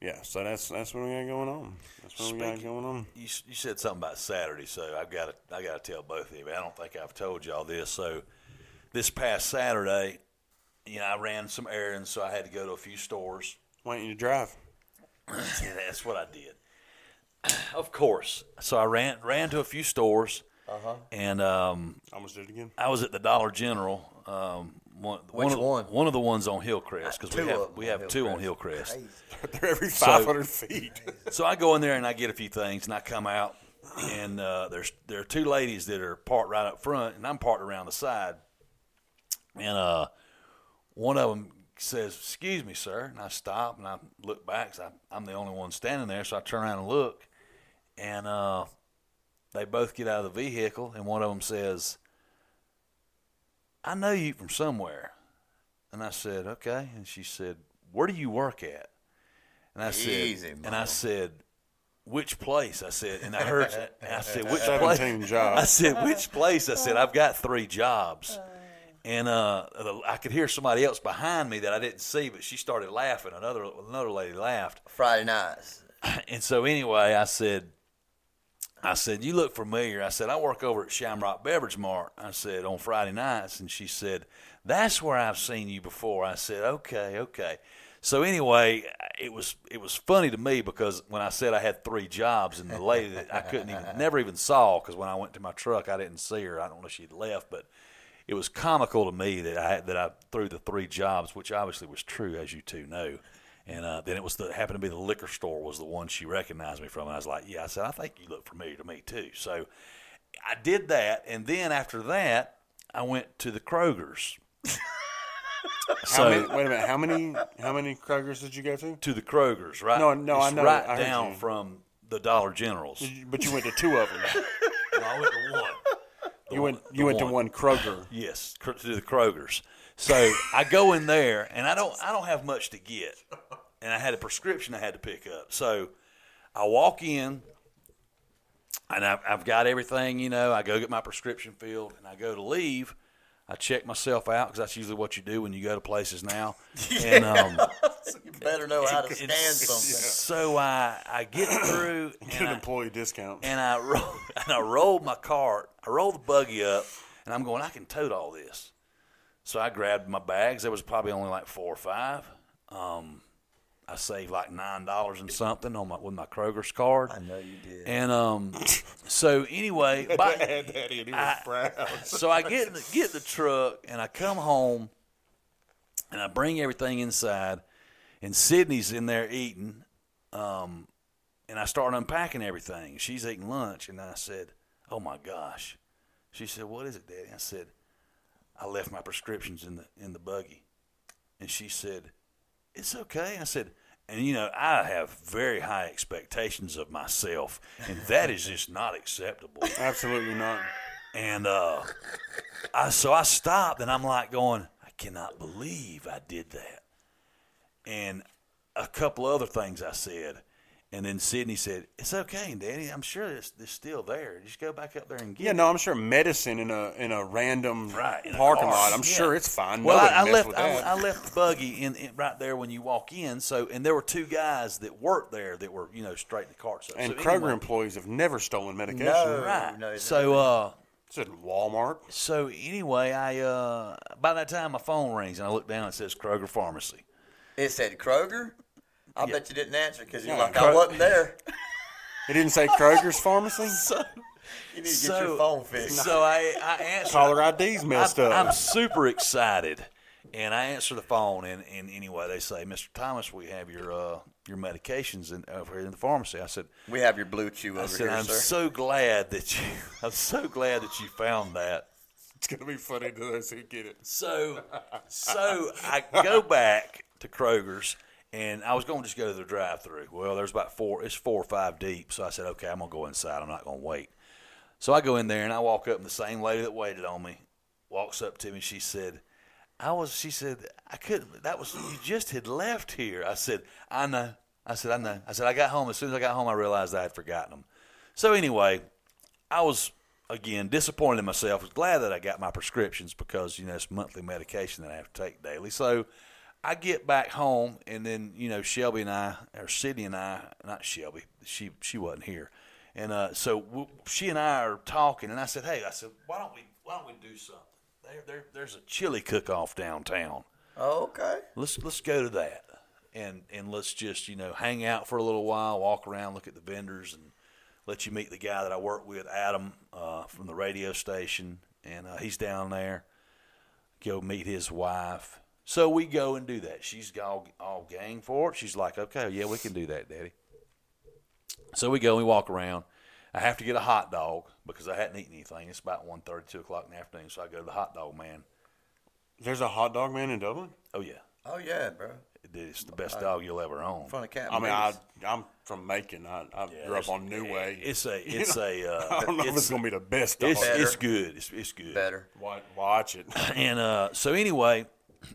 [SPEAKER 1] yeah. So that's that's what we got going on. That's what we got
[SPEAKER 2] Speaking-
[SPEAKER 1] going on.
[SPEAKER 2] you, you said something about Saturday, so I've got to I got to tell both of you. but I don't think I've told y'all this. So this past Saturday, you know, I ran some errands, so I had to go to a few stores.
[SPEAKER 1] Why don't you drive?
[SPEAKER 2] Yeah, that's what I did. Of course. So I ran ran to a few stores,
[SPEAKER 3] Uh-huh.
[SPEAKER 2] and um,
[SPEAKER 1] Almost did it again.
[SPEAKER 2] I was at the Dollar General. Um, one,
[SPEAKER 3] Which
[SPEAKER 2] of,
[SPEAKER 3] one?
[SPEAKER 2] One of the ones on Hillcrest because
[SPEAKER 3] Two
[SPEAKER 2] we have
[SPEAKER 3] of 'em
[SPEAKER 2] we
[SPEAKER 3] on
[SPEAKER 2] have two on
[SPEAKER 3] Hillcrest.
[SPEAKER 2] Hillcrest.
[SPEAKER 3] Crazy.
[SPEAKER 1] They're every 500 feet.
[SPEAKER 2] So I go in there and I get a few things, and I come out, and uh, there's there are two ladies that are parked right up front, and I'm parked around the side, and uh, one of them says, "Excuse me, sir," and I stop and I look back, 'cause I, I'm the only one standing there, so I turn around and look, and uh, they both get out of the vehicle, and one of them says, "I know you from somewhere," and I said, "Okay," and she said, "Where do you work at?" And I said,
[SPEAKER 3] Easy,
[SPEAKER 2] and I said, "Which place?" I said, and I heard, and I said, "Which place?"
[SPEAKER 1] 17
[SPEAKER 2] I
[SPEAKER 1] jobs.
[SPEAKER 2] said, "Which place?" I said, "I've got three jobs." And uh, the- I could hear somebody else behind me that I didn't see, but she started laughing. Another another lady laughed,
[SPEAKER 3] Friday nights.
[SPEAKER 2] and so anyway, I said, I said, you look familiar. I said, I work over at Shamrock Beverage Mart. I said, on Friday nights. And she said, that's where I've seen you before. I said, okay, okay. So anyway, it was it was funny to me because when I said I had three jobs and the lady that I couldn't even never even saw because when I went to my truck I didn't see her I don't know if she'd left but it was comical to me that I had, that I threw the three jobs, which obviously was true, as you two know. And uh, then it was the happened to be the liquor store was the one she recognized me from, and I was like, "Yeah," I said, "I think you look familiar to me too." So I did that, and then after that, I went to the Kroger's.
[SPEAKER 1] How many, wait a minute. How many how many Krugers did you go to?
[SPEAKER 2] To the Kroger's, right?
[SPEAKER 1] No, no, I
[SPEAKER 2] It's
[SPEAKER 1] know.
[SPEAKER 2] Right
[SPEAKER 1] I heard
[SPEAKER 2] down
[SPEAKER 1] you.
[SPEAKER 2] from the Dollar General's.
[SPEAKER 1] But you went to two of them.
[SPEAKER 2] No, I went to one.
[SPEAKER 1] You went you went to one Kroger.
[SPEAKER 2] Yes, cr- to the Kroger's. So I go in there, and I don't I don't have much to get, and I had a prescription I had to pick up. So I walk in, and I've, I've got everything. You know, I go get my prescription filled, and I go to leave. I check myself out because that's usually what you do when you go to places now. And um,
[SPEAKER 3] You better know how to stand something.
[SPEAKER 2] so I I get through. and
[SPEAKER 1] Get an
[SPEAKER 2] I-
[SPEAKER 1] employee discount.
[SPEAKER 2] and I roll, and I rolled my cart. I rolled the buggy up, and I'm going. I can tote all this. So I grabbed my bags. There was probably only like four or five. Um, I saved like nine dollars and something on my with my Kroger's card.
[SPEAKER 3] I know you did.
[SPEAKER 2] And um, so anyway, by,
[SPEAKER 1] Daddy, and he was proud.
[SPEAKER 2] so I get in the, get in the truck and I come home and I bring everything inside and Sydney's in there eating um, and I start unpacking everything. She's eating lunch and I said, "Oh my gosh, She said, "What is it, Daddy?" I said, "I left my prescriptions in the in the buggy," and she said, "It's okay." I said. And you know, I have very high expectations of myself, and that is just not acceptable.
[SPEAKER 1] Absolutely not.
[SPEAKER 2] And uh, I so I stopped and I'm like going, I cannot believe I did that. And a couple other things I said. And then Sydney said, It's okay, Danny. I'm sure it's, it's still there. Just go back up there and get
[SPEAKER 1] Yeah,
[SPEAKER 2] it.
[SPEAKER 1] no, I'm sure medicine in a in a random
[SPEAKER 2] Right, in a
[SPEAKER 1] parking
[SPEAKER 2] car.
[SPEAKER 1] lot. I'm
[SPEAKER 2] Yeah.
[SPEAKER 1] sure it's fine.
[SPEAKER 2] Well,
[SPEAKER 1] Nobody
[SPEAKER 2] I, I
[SPEAKER 1] messed
[SPEAKER 2] left
[SPEAKER 1] with
[SPEAKER 2] I,
[SPEAKER 1] that.
[SPEAKER 2] I left the buggy in, in right there when you walk in. So and there were two guys that worked there that were you know straight in the cart. So,
[SPEAKER 1] and
[SPEAKER 2] so
[SPEAKER 1] Kroger
[SPEAKER 2] anyway,
[SPEAKER 1] employees have never stolen medication.
[SPEAKER 3] No.
[SPEAKER 2] right?
[SPEAKER 3] No, it's
[SPEAKER 2] so uh,
[SPEAKER 1] It's at Walmart.
[SPEAKER 2] so anyway, I uh, by that time my phone rings and I look down. It says Kroger Pharmacy.
[SPEAKER 3] It said Kroger. I bet you didn't answer because you're
[SPEAKER 1] Yeah,
[SPEAKER 3] like,
[SPEAKER 2] Kro-
[SPEAKER 3] I wasn't there.
[SPEAKER 1] It didn't say Kroger's pharmacy.
[SPEAKER 3] You need to get
[SPEAKER 2] so,
[SPEAKER 3] your phone fixed.
[SPEAKER 2] So I I answered.
[SPEAKER 1] Caller ID's messed
[SPEAKER 2] I'm,
[SPEAKER 1] up.
[SPEAKER 2] I'm super excited, and I answer the phone, and, and anyway, they say, "Mr. Thomas, we have your uh, your medications in, over here in the pharmacy." I said,
[SPEAKER 3] We have your blue chew
[SPEAKER 2] "I
[SPEAKER 3] over
[SPEAKER 2] said
[SPEAKER 3] here,
[SPEAKER 2] I'm
[SPEAKER 3] sir.
[SPEAKER 2] so glad that you I'm so glad that you found that."
[SPEAKER 1] it's gonna be funny to those who get it.
[SPEAKER 2] So so I go back to Kroger's. And I was going to just go to the drive-through. Well, there's about four. It's four or five deep. So I said, "Okay, I'm gonna go inside. I'm not gonna wait." So I go in there and I walk up, and the same lady that waited on me walks up to me. She said, I was, she said, I couldn't, that was, you just had left here. I said, I know. I said, I know. I said, I got home. As soon as I got home, I realized I had forgotten them. So anyway, I was, again, disappointed in myself. was glad that I got my prescriptions because, you know, it's monthly medication that I have to take daily. So I get back home, and then, you know, Shelby and I, or Sydney and I, not Shelby, she, she wasn't here. And uh, so w- she and I are talking, and I said, "Hey, I said, why don't we why don't we do something? There, there, there's a chili cook-off downtown.
[SPEAKER 3] Oh, okay.
[SPEAKER 2] Let's let's go to that, and and let's just you know hang out for a little while, walk around, look at the vendors, and let you meet the guy that I work with, Adam, uh, from the radio station, and uh, he's down there. Go meet his wife. So we go and do that. She's all all gang for it. She's like, okay, yeah, we can do that, Daddy. So we go and we walk around. I have to get a hot dog because I hadn't eaten anything. It's about 1.30, 2 o'clock in the afternoon, so I go to the hot dog man.
[SPEAKER 1] There's a hot dog man in Dublin.
[SPEAKER 2] Oh yeah,
[SPEAKER 3] Oh, yeah, bro. In
[SPEAKER 2] Dude, it's the best dog you'll ever own.
[SPEAKER 3] front of Cat.
[SPEAKER 1] I mean, I I'm from Macon. I, I grew up
[SPEAKER 2] there's-
[SPEAKER 1] on New Way.
[SPEAKER 2] It's a it's a uh,
[SPEAKER 1] I don't know if it's
[SPEAKER 2] it's,
[SPEAKER 1] gonna be the best dog.
[SPEAKER 2] it's, it's
[SPEAKER 3] Better.
[SPEAKER 2] good. It's it's good.
[SPEAKER 3] better.
[SPEAKER 1] Wa- Watch it.
[SPEAKER 2] And uh, so anyway,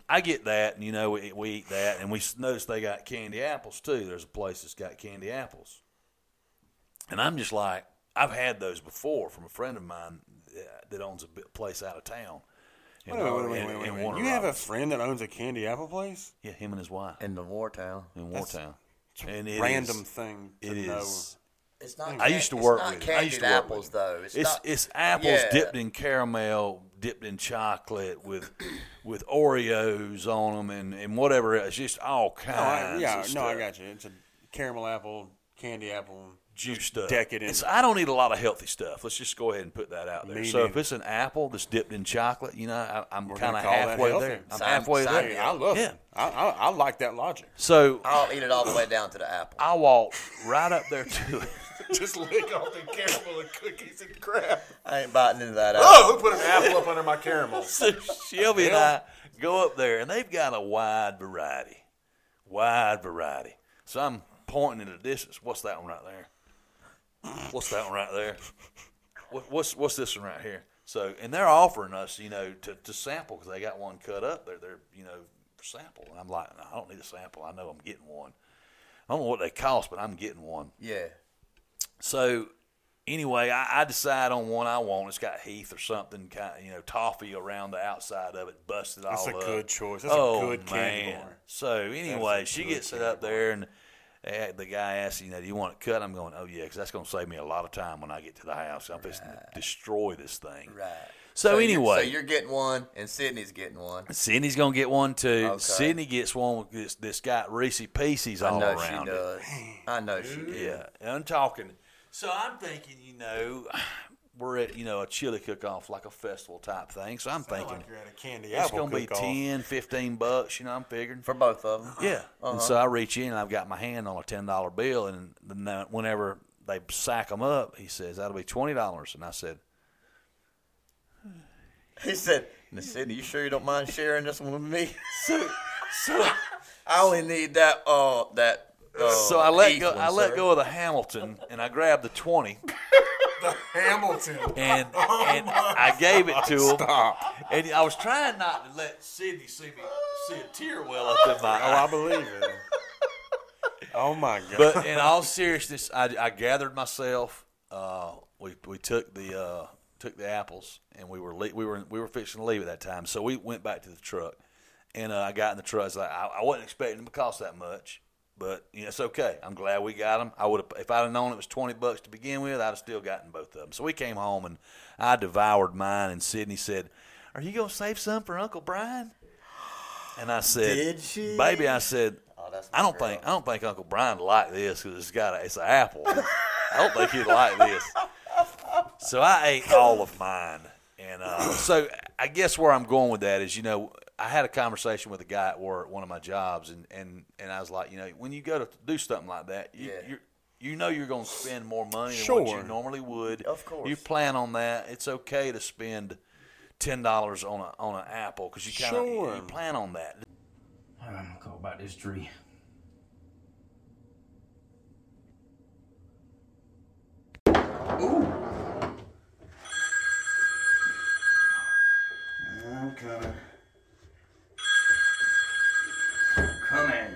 [SPEAKER 2] I get that, and you know we, we eat that, and we s- notice they got candy apples too. There's a place that's got candy apples, and I'm just like, I've had those before from a friend of mine uh, that owns a bi- place out of town. in-
[SPEAKER 1] Wait, wait, wait, wait,
[SPEAKER 2] in-
[SPEAKER 1] wait, wait,
[SPEAKER 2] in
[SPEAKER 1] wait.
[SPEAKER 2] Warner
[SPEAKER 1] You have a
[SPEAKER 2] Robins.
[SPEAKER 1] friend that owns a candy apple place?
[SPEAKER 2] yeah, him and his wife
[SPEAKER 3] In the war town.
[SPEAKER 2] in Wartown, and it is-
[SPEAKER 1] Random thing. To
[SPEAKER 2] it
[SPEAKER 1] know.
[SPEAKER 2] is.
[SPEAKER 3] It's not.
[SPEAKER 2] I used to
[SPEAKER 3] it's
[SPEAKER 2] work
[SPEAKER 3] not
[SPEAKER 2] with it. I
[SPEAKER 3] candied
[SPEAKER 2] used to work
[SPEAKER 3] apples
[SPEAKER 2] with it.
[SPEAKER 3] though. It's,
[SPEAKER 2] it's
[SPEAKER 3] not.
[SPEAKER 2] it's apples
[SPEAKER 3] yeah.
[SPEAKER 2] dipped in caramel, dipped in chocolate with with Oreos on them and, and whatever. It's just all
[SPEAKER 1] No, I,
[SPEAKER 2] kinds.
[SPEAKER 1] yeah,
[SPEAKER 2] of
[SPEAKER 1] no, I
[SPEAKER 2] stuff.
[SPEAKER 1] got you. It's a caramel apple, candy apple.
[SPEAKER 2] juice stuff.
[SPEAKER 1] decadent.
[SPEAKER 2] It's, I don't eat a lot of healthy stuff. Let's just go ahead and put that out there.
[SPEAKER 1] Me
[SPEAKER 2] so if
[SPEAKER 1] neither.
[SPEAKER 2] it's an apple that's dipped in chocolate, you know, I, I'm kind
[SPEAKER 1] gonna
[SPEAKER 2] of
[SPEAKER 1] call that
[SPEAKER 2] halfway
[SPEAKER 1] healthy.
[SPEAKER 2] there. I'm
[SPEAKER 3] Sign-
[SPEAKER 2] halfway
[SPEAKER 3] sign
[SPEAKER 2] there.
[SPEAKER 3] me
[SPEAKER 1] Hey, I love
[SPEAKER 2] Yeah.
[SPEAKER 1] it. I, I, I like that logic.
[SPEAKER 2] So
[SPEAKER 3] I'll eat it all the way down to the apple.
[SPEAKER 2] I walked right up there to it.
[SPEAKER 1] Just lick off the caramel and cookies and crap.
[SPEAKER 3] I ain't biting into that. apple.
[SPEAKER 1] Oh, who put an apple up under my caramel?
[SPEAKER 2] so Shelby and I go up there, and they've got a wide variety, wide variety. So I'm pointing at a distance. What's that one right there? What's that one right there? What, what's what's this one right here? So and they're offering us, you know, to, to sample because they got one cut up. They're they're you know sample. And I'm like, no, I don't need a sample. I know I'm getting one. I don't know what they cost, but I'm getting one.
[SPEAKER 3] Yeah.
[SPEAKER 2] So anyway, I, I decide on one I want. It's got Heath or something kind, you know, toffee around the outside of it, busted all
[SPEAKER 1] That's a
[SPEAKER 2] up. Oh,
[SPEAKER 1] good choice. That's a good candy bar.
[SPEAKER 2] So anyway,
[SPEAKER 1] That's a
[SPEAKER 2] she
[SPEAKER 1] good
[SPEAKER 2] gets it
[SPEAKER 1] candy
[SPEAKER 2] up there, and eh, the guy asks, you know, do you want it cut? I'm going, oh yeah, because that's going to save me a lot of time when I get to the house. I'm just to destroy this thing.
[SPEAKER 3] Right.
[SPEAKER 2] So,
[SPEAKER 3] you're-
[SPEAKER 2] anyway,
[SPEAKER 3] so you're getting one, and Sydney's getting one.
[SPEAKER 2] Sydney's gonna get one too.
[SPEAKER 3] Okay.
[SPEAKER 2] Sydney gets one with this this got Reese Pieces all
[SPEAKER 3] I know
[SPEAKER 2] around
[SPEAKER 3] she
[SPEAKER 2] it.
[SPEAKER 3] does. I know she does.
[SPEAKER 2] Yeah, and I'm talking. So I'm thinking, you know, we're at you know a chili cook-off like a festival type thing. So I'm thinking
[SPEAKER 1] Like you're at a candy
[SPEAKER 2] it's
[SPEAKER 1] apple
[SPEAKER 2] gonna be
[SPEAKER 1] cook-off.
[SPEAKER 2] 10, 15 bucks. You know, I'm figuring.
[SPEAKER 3] for both of them.
[SPEAKER 2] Yeah,
[SPEAKER 1] uh-huh.
[SPEAKER 2] and so I reach in and I've got my hand on a ten dollar bill, and then whenever they sack them up, he says that'll be twenty dollars, and I said,
[SPEAKER 3] He said, Miss Sydney, you sure you don't mind sharing this one with me?
[SPEAKER 2] So, so,
[SPEAKER 3] I only need that uh that uh,
[SPEAKER 1] Oh,
[SPEAKER 2] so I let
[SPEAKER 3] eighth
[SPEAKER 2] go.
[SPEAKER 3] one,
[SPEAKER 2] I let
[SPEAKER 3] sir."
[SPEAKER 2] go of the Hamilton, and I grabbed the twenty,
[SPEAKER 1] Hamilton.
[SPEAKER 2] and and I gave it to
[SPEAKER 1] Oh,
[SPEAKER 2] him.
[SPEAKER 1] Stop.
[SPEAKER 2] And I was trying not to let Sydney see me see a tear well up in my
[SPEAKER 1] Oh,
[SPEAKER 2] eye.
[SPEAKER 1] I believe it. Oh my God.
[SPEAKER 2] But in all seriousness, I, I gathered myself. Uh, we we took the uh, took the apples, and we were le- we were we were fixing to leave at that time. So we went back to the truck, and uh, I got in the truck. I, was like, I, I wasn't expecting them to cost that much, but you know, it's okay. I'm glad we got them. I would have if I'd have known it was twenty bucks to begin with, I'd have still gotten both of them. So we came home, and I devoured mine. And Sydney said, "Are you gonna save some for Uncle Brian?" And I said,
[SPEAKER 3] Did she?
[SPEAKER 2] "Baby," I said.
[SPEAKER 3] Oh, that's my
[SPEAKER 2] I don't
[SPEAKER 3] girl.
[SPEAKER 2] think I don't think Uncle Brian liked this because it's got a, it's an apple. I don't think he'd like this. So I ate all of mine, and uh, so I guess where I'm going with that is, you know, I had a conversation with a guy at work, one of my jobs, and and and I was like, you know, when you go to do something like that, you
[SPEAKER 3] Yeah.
[SPEAKER 2] you're, you know you're going to spend more money than what
[SPEAKER 1] Sure.
[SPEAKER 2] you normally would.
[SPEAKER 3] Of course.
[SPEAKER 2] you plan on that. It's okay to spend. Ten dollars on a on an apple because you kind of
[SPEAKER 1] Sure.
[SPEAKER 2] you plan on that.
[SPEAKER 4] I don't know about this tree. Ooh. I'm coming. Come in.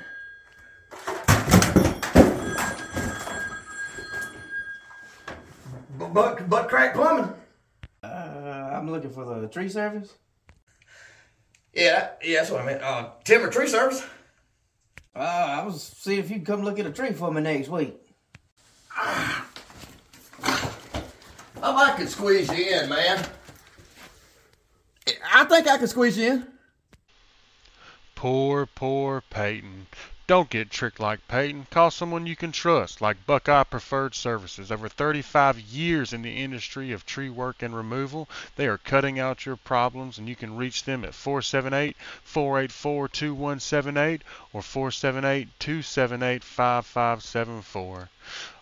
[SPEAKER 5] But, but, but crack plumbing.
[SPEAKER 4] Uh, I'm looking for the tree service.
[SPEAKER 5] Yeah, yeah, that's what I meant. Uh, timber tree service.
[SPEAKER 4] Uh, I was see if you could come look at a tree for me next week.
[SPEAKER 5] I might could squeeze you in, man. I think I can squeeze you in.
[SPEAKER 6] Poor, poor Peyton. Don't get tricked like Peyton. Call someone you can trust, like Buckeye Preferred Services. Over 35 years in the industry of tree work and removal, they are cutting out your problems, and you can reach them at 478 484 2178 or 478 278 5574.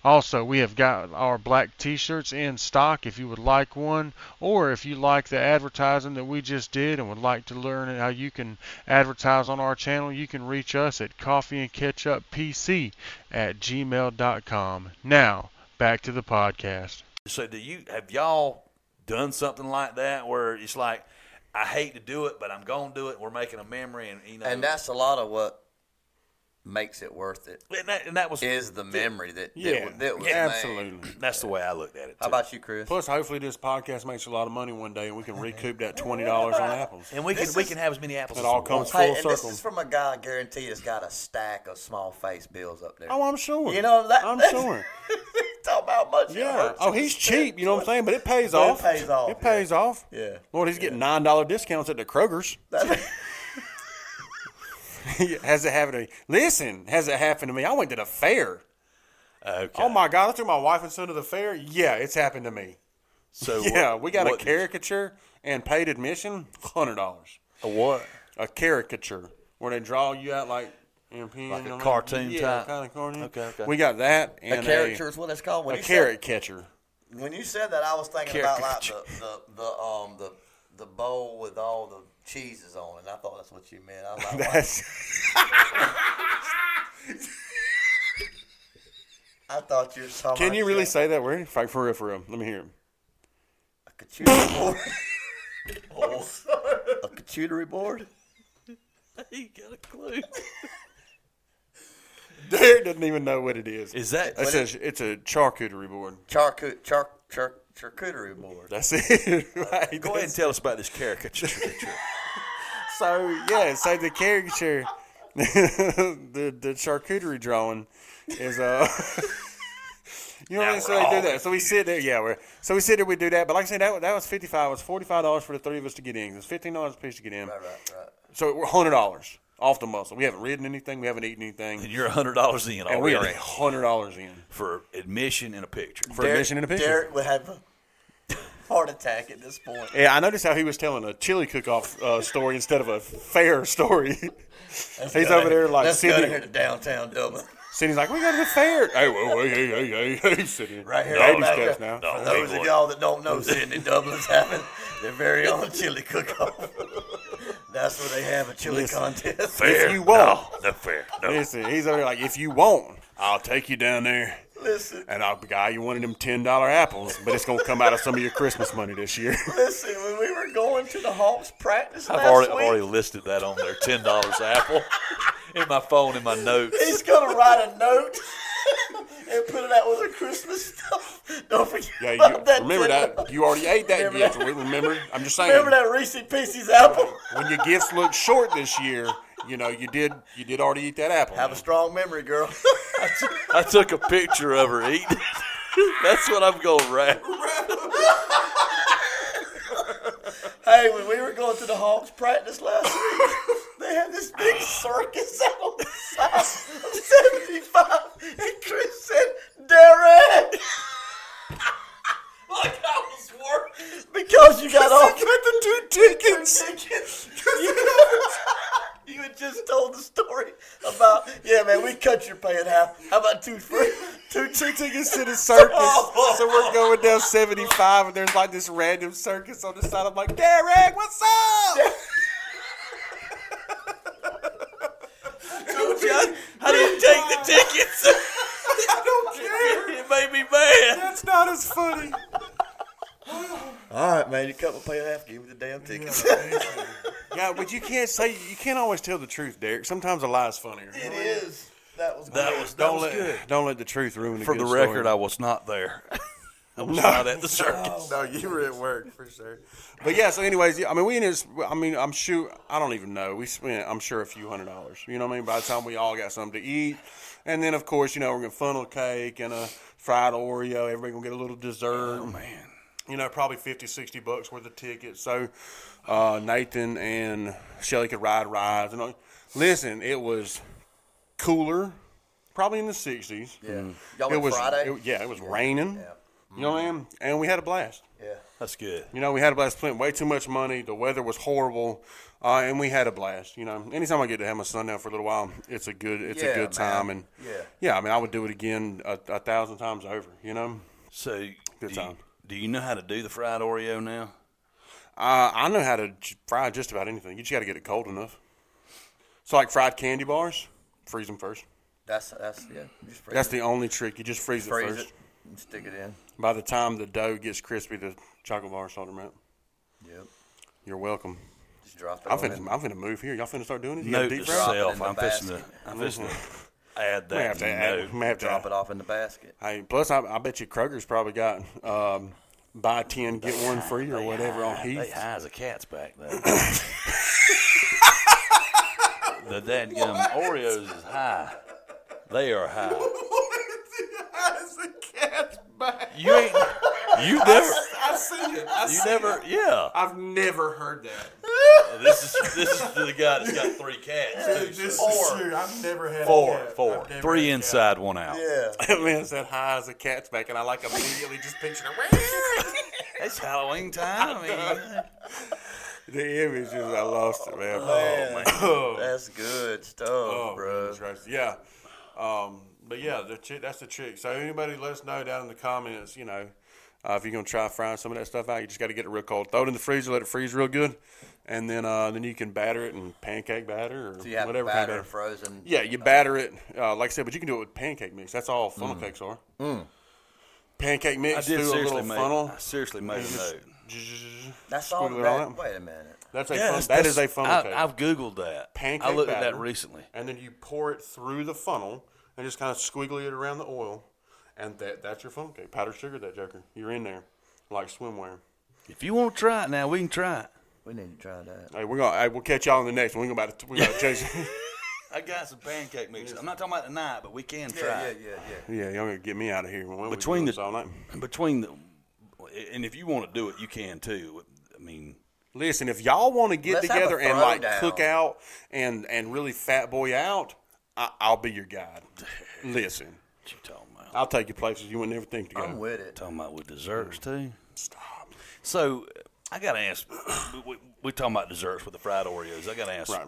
[SPEAKER 6] Also, we have got our black t shirts in stock if you would like one, or if you like the advertising that we just did and would like to learn how you can advertise on our channel, you can reach us at coffeeandketchuppc at gmail.com. Now, back to the podcast.
[SPEAKER 2] So do you have y'all done something like that where it's like I hate to do it, but I'm gonna do it. We're making a memory, and you know,
[SPEAKER 3] and that's a lot of what makes it worth it
[SPEAKER 2] and that, and that was
[SPEAKER 3] is the memory that that,
[SPEAKER 1] yeah,
[SPEAKER 3] was- that was made.
[SPEAKER 1] absolutely.
[SPEAKER 2] that's the way I looked at it.
[SPEAKER 3] How
[SPEAKER 2] Too.
[SPEAKER 3] about you, Chris?
[SPEAKER 1] Plus, hopefully, this podcast makes a lot of money one day, and we can recoup that twenty dollars on apples.
[SPEAKER 2] And we can we can have as many apples.
[SPEAKER 1] It
[SPEAKER 2] as
[SPEAKER 1] all
[SPEAKER 2] we
[SPEAKER 1] comes
[SPEAKER 2] want.
[SPEAKER 1] full
[SPEAKER 3] Hey, and this
[SPEAKER 1] circle.
[SPEAKER 3] is from a guy I guarantee has got a stack of small face bills up there.
[SPEAKER 1] Oh, I'm sure.
[SPEAKER 3] You know that-
[SPEAKER 1] I'm sure.
[SPEAKER 3] Talk about much. it
[SPEAKER 1] Yeah.
[SPEAKER 3] hurts.
[SPEAKER 1] Oh, he's cheap. You know what I'm saying? But it pays
[SPEAKER 3] But it
[SPEAKER 1] off.
[SPEAKER 3] pays off,
[SPEAKER 1] It pays off.
[SPEAKER 3] Yeah.
[SPEAKER 1] Lord, he's getting nine dollar discounts at the Kroger's. has it happened to me? Listen, has it happened to me? I went to the fair.
[SPEAKER 2] Okay.
[SPEAKER 1] Oh my God! I took my wife and son to the fair. Yeah, it's happened to me.
[SPEAKER 2] So
[SPEAKER 1] Yeah, we got a
[SPEAKER 2] what-
[SPEAKER 1] caricature and paid admission, hundred dollars.
[SPEAKER 2] A what?
[SPEAKER 1] A caricature where they draw you out like. Like
[SPEAKER 2] Like a cartoon
[SPEAKER 1] yeah,
[SPEAKER 2] type?
[SPEAKER 1] kind of cartoon.
[SPEAKER 2] Okay, okay.
[SPEAKER 1] We got that
[SPEAKER 3] a
[SPEAKER 1] and
[SPEAKER 3] character is what it's called.
[SPEAKER 1] a,
[SPEAKER 3] When you said-
[SPEAKER 1] carrot catcher.
[SPEAKER 3] when you said that, I was thinking about like the, the, the um the the bowl with all the cheeses on, it, and I thought that's what you meant. I was like, wow.
[SPEAKER 1] That's
[SPEAKER 3] I thought you were talking.
[SPEAKER 1] Can
[SPEAKER 3] about
[SPEAKER 1] you really
[SPEAKER 3] your-
[SPEAKER 1] say that word? Fuck, For real, for real. Let me hear it.
[SPEAKER 3] a charcuterie board? a charcuterie board?
[SPEAKER 2] You got a clue?
[SPEAKER 1] Derek doesn't even know what it is.
[SPEAKER 2] Is that
[SPEAKER 1] It's a, it's a charcuterie board.
[SPEAKER 3] Charcu- char- char- charcuterie board.
[SPEAKER 1] That's it. right.
[SPEAKER 2] go ahead and tell us about this caricature?
[SPEAKER 1] So yeah, so the caricature, the the charcuterie drawing is uh. You know what I mean? So they do that. So we sit there. Yeah, we're so we sit there. We do that. But like I said, that, that was fifty five. It was forty five dollars for the three of us to get in. It was fifteen dollars a piece to get in.
[SPEAKER 3] Right, right.
[SPEAKER 1] So we're hundred dollars off the muscle. We haven't ridden anything. We haven't eaten anything.
[SPEAKER 2] and you're hundred dollars in
[SPEAKER 1] And we are
[SPEAKER 2] already
[SPEAKER 1] hundred dollars in
[SPEAKER 2] for admission and a picture.
[SPEAKER 1] for admission and a picture.
[SPEAKER 3] Derek would have a heart attack at this point.
[SPEAKER 1] Yeah, I noticed how he was telling a chili cook-off uh, story instead of a fair story. He's over there like
[SPEAKER 3] Let's go
[SPEAKER 1] Sydney.
[SPEAKER 3] here to downtown Dublin.
[SPEAKER 1] Sydney's like, we got to the fair. Hey, whoa, hey, hey, hey, hey, hey, Sydney.
[SPEAKER 3] Right here,
[SPEAKER 1] Baby
[SPEAKER 3] right
[SPEAKER 1] steps
[SPEAKER 3] here.
[SPEAKER 1] now.
[SPEAKER 2] No.
[SPEAKER 3] For those of y'all that don't know, Sydney Dublin's having their very own chili cook-off. That's where they have a chili contest.
[SPEAKER 1] If you want,
[SPEAKER 2] No fair.
[SPEAKER 1] listen, he's over there like, if you want, I'll take you down there.
[SPEAKER 3] Listen,
[SPEAKER 1] And I'll buy you one of them ten dollar apples, but it's gonna come out of some of your Christmas money this year.
[SPEAKER 3] listen. When we were going to the Hawks practice
[SPEAKER 2] I've
[SPEAKER 3] last
[SPEAKER 2] already, I've
[SPEAKER 3] week,
[SPEAKER 2] already listed that on there. Ten dollars apple in my phone in my notes.
[SPEAKER 3] he's gonna write a note and put it out with our Christmas stuff. Don't forget
[SPEAKER 1] Yeah, you,
[SPEAKER 3] about that.
[SPEAKER 1] remember
[SPEAKER 3] dinner.
[SPEAKER 1] that you already ate that
[SPEAKER 3] Remember
[SPEAKER 1] gift.
[SPEAKER 3] that.
[SPEAKER 1] We Remember, I'm just saying.
[SPEAKER 3] Remember that Reese Pieces apple.
[SPEAKER 1] When your gifts look short this year, you know you did you did already eat that apple.
[SPEAKER 3] Have a strong memory, girl.
[SPEAKER 2] I took a picture of her eating. it. That's what I'm gonna wrap.
[SPEAKER 3] Hey, when we were going to the Hawks practice last week, they had this big circus out on the side of 75, and Chris said, Derek! like I was working. Because you got off. the two tickets. you, you had just told the story about, yeah, man, we cut your pay in half. How about two free? Two
[SPEAKER 1] two
[SPEAKER 3] tickets?
[SPEAKER 1] tickets to the circus. so we're going down 75, and there's like this random circus on the side. I'm like, Derek, what's up?
[SPEAKER 2] I didn't take the tickets. It made me mad.
[SPEAKER 1] That's not as funny.
[SPEAKER 3] All right, man, you cut my pay in half, give me the damn tickets.
[SPEAKER 1] Yeah, but you can't say you can't always tell the truth, Derek. Sometimes a lie is funnier.
[SPEAKER 3] It is. That was
[SPEAKER 2] That
[SPEAKER 3] great.
[SPEAKER 2] was that
[SPEAKER 1] Don't
[SPEAKER 2] was
[SPEAKER 1] let
[SPEAKER 2] good.
[SPEAKER 1] don't let the truth ruin the
[SPEAKER 2] For the
[SPEAKER 1] good
[SPEAKER 2] record,
[SPEAKER 1] story.
[SPEAKER 2] I was not there. I was not at the circus.
[SPEAKER 1] No, you were at work for sure. But yeah, so anyways, yeah, I mean, we ended. I mean, I'm sure. I don't even know. We spent, I'm sure, a few hundred dollars. You know what I mean? By the time we all got something to eat, and then of course, you know, we're gonna funnel cake and a fried Oreo. Everybody gonna get a little dessert. man. You know, probably 50, 60 bucks worth of tickets. So uh, Nathan and Shelly could ride rides. And all- listen, it was cooler, probably in the sixties.
[SPEAKER 3] Yeah. Y'all
[SPEAKER 1] It
[SPEAKER 3] went
[SPEAKER 1] was
[SPEAKER 3] Friday?
[SPEAKER 1] it- yeah, it was raining. You know what I mean? And we had a blast.
[SPEAKER 3] yeah.
[SPEAKER 2] That's good.
[SPEAKER 1] You know, we had a blast. Spent way too much money. The weather was horrible, uh, and we had a blast. You know, anytime I get to have my son down for a little while, it's a good, it's a
[SPEAKER 3] Yeah,
[SPEAKER 1] good
[SPEAKER 3] man.
[SPEAKER 1] time. And
[SPEAKER 3] Yeah.
[SPEAKER 1] yeah, I mean, I would do it again a, a thousand times over. You know,
[SPEAKER 2] So do you,
[SPEAKER 1] time.
[SPEAKER 2] do you know how to do the fried Oreo now?
[SPEAKER 1] uh, I know how to j- fry just about anything. You just got to get it cold enough. So, like fried candy bars, freeze them first.
[SPEAKER 3] That's that's yeah. Just freeze
[SPEAKER 1] That's
[SPEAKER 3] it.
[SPEAKER 1] the only trick. You just freeze, it
[SPEAKER 3] freeze
[SPEAKER 1] first.
[SPEAKER 3] it and stick it in.
[SPEAKER 1] By the time the dough gets crispy, the chocolate bars on them out.
[SPEAKER 3] Yep.
[SPEAKER 1] You're welcome.
[SPEAKER 3] Just drop it.
[SPEAKER 1] I'm
[SPEAKER 3] on in.
[SPEAKER 1] finna, I'm finna move here. Y'all finna start doing it. You got
[SPEAKER 2] Note
[SPEAKER 1] deep
[SPEAKER 2] to
[SPEAKER 1] fry?
[SPEAKER 3] Drop it in
[SPEAKER 2] self.
[SPEAKER 3] the
[SPEAKER 2] I'm fishing to.
[SPEAKER 3] basket.
[SPEAKER 2] I'm fishing to add
[SPEAKER 1] May Mm-hmm. have
[SPEAKER 2] that. to
[SPEAKER 1] to
[SPEAKER 2] the
[SPEAKER 1] add.
[SPEAKER 2] note.
[SPEAKER 1] May have to
[SPEAKER 3] Drop it off in the basket.
[SPEAKER 1] Hey, plus I, I bet you Kroger's probably got um, buy ten get one free or whatever on
[SPEAKER 2] They
[SPEAKER 1] Heath.
[SPEAKER 2] high as a cat's back though. the dadgum Oreos is high. They are high. You ain't. You never.
[SPEAKER 1] I've seen it. I've,
[SPEAKER 2] You never. Yeah.
[SPEAKER 1] I've never heard that.
[SPEAKER 2] This is this is the guy that's got three cats. Too, so.
[SPEAKER 1] I've never had
[SPEAKER 2] Four, four, three inside, one out.
[SPEAKER 3] Yeah.
[SPEAKER 1] That man said high as a cat's back, and I like immediately just pictured
[SPEAKER 2] It's Halloween time. I mean,
[SPEAKER 1] the image. Is, I lost it, man.
[SPEAKER 3] That's good stuff,
[SPEAKER 1] Oh,
[SPEAKER 3] bro.
[SPEAKER 1] goodness gracious. Yeah. Um, but yeah, the tri- that's the trick. So anybody, let us know down in the comments. You know, uh, if you're gonna try frying some of that stuff out, you just got to get it real cold. Throw it in the freezer, let it freeze real good, and then uh, then you can batter it and pancake batter or
[SPEAKER 3] Do you have
[SPEAKER 1] whatever kind
[SPEAKER 3] batter
[SPEAKER 1] of batter.
[SPEAKER 3] frozen?
[SPEAKER 1] Yeah, you batter it. Uh, like I said, but you can do it with pancake mix. That's all funnel
[SPEAKER 3] Mm.
[SPEAKER 1] cakes are. Pancake
[SPEAKER 2] I
[SPEAKER 1] mix
[SPEAKER 2] did
[SPEAKER 1] through a little
[SPEAKER 2] seriously make.
[SPEAKER 1] funnel.
[SPEAKER 2] I seriously made a note.
[SPEAKER 1] Zzz.
[SPEAKER 3] That's all.
[SPEAKER 1] Squiggle it all
[SPEAKER 3] That,
[SPEAKER 1] out.
[SPEAKER 3] wait a minute.
[SPEAKER 1] That's a
[SPEAKER 2] Yeah,
[SPEAKER 1] fun,
[SPEAKER 2] that's-
[SPEAKER 1] that is a
[SPEAKER 2] that's-
[SPEAKER 1] funnel
[SPEAKER 2] I,
[SPEAKER 1] cake.
[SPEAKER 2] I've googled that.
[SPEAKER 1] Pancake
[SPEAKER 2] I looked at
[SPEAKER 1] batter.
[SPEAKER 2] that recently.
[SPEAKER 1] and then you pour it through the funnel and just kind of squiggly it around the oil, and that that's your funnel cake. Powdered sugar, that joker. You're in there, like swimwear.
[SPEAKER 2] If you want to try it now, we can try it.
[SPEAKER 3] We need to try that.
[SPEAKER 1] Hey, we're gonna hey, we'll catch y'all in the next one. We're gonna about to, we're gonna chase.
[SPEAKER 2] I got some pancake mix. I'm not talking about tonight, but we can try.
[SPEAKER 3] Yeah, yeah,
[SPEAKER 2] it.
[SPEAKER 3] yeah, yeah.
[SPEAKER 1] yeah, y'all gonna get me out of here. Well, we doing
[SPEAKER 2] Between the-
[SPEAKER 1] this all night.
[SPEAKER 2] Between the, and if you want to do it, you can too. I mean,
[SPEAKER 1] Listen, if y'all want to get
[SPEAKER 3] Let's have a
[SPEAKER 1] together and like
[SPEAKER 3] throwdown.
[SPEAKER 1] cook out and and really fat boy out, I, I'll be your guide. Listen,
[SPEAKER 2] what you talking about?
[SPEAKER 1] I'll take you places you would never think to go.
[SPEAKER 3] I'm
[SPEAKER 2] Oh.
[SPEAKER 3] with it.
[SPEAKER 2] Talking about with desserts too.
[SPEAKER 1] Stop.
[SPEAKER 2] So I gotta ask. we, we, we're talking about desserts with the fried Oreos. I gotta ask.
[SPEAKER 1] Right.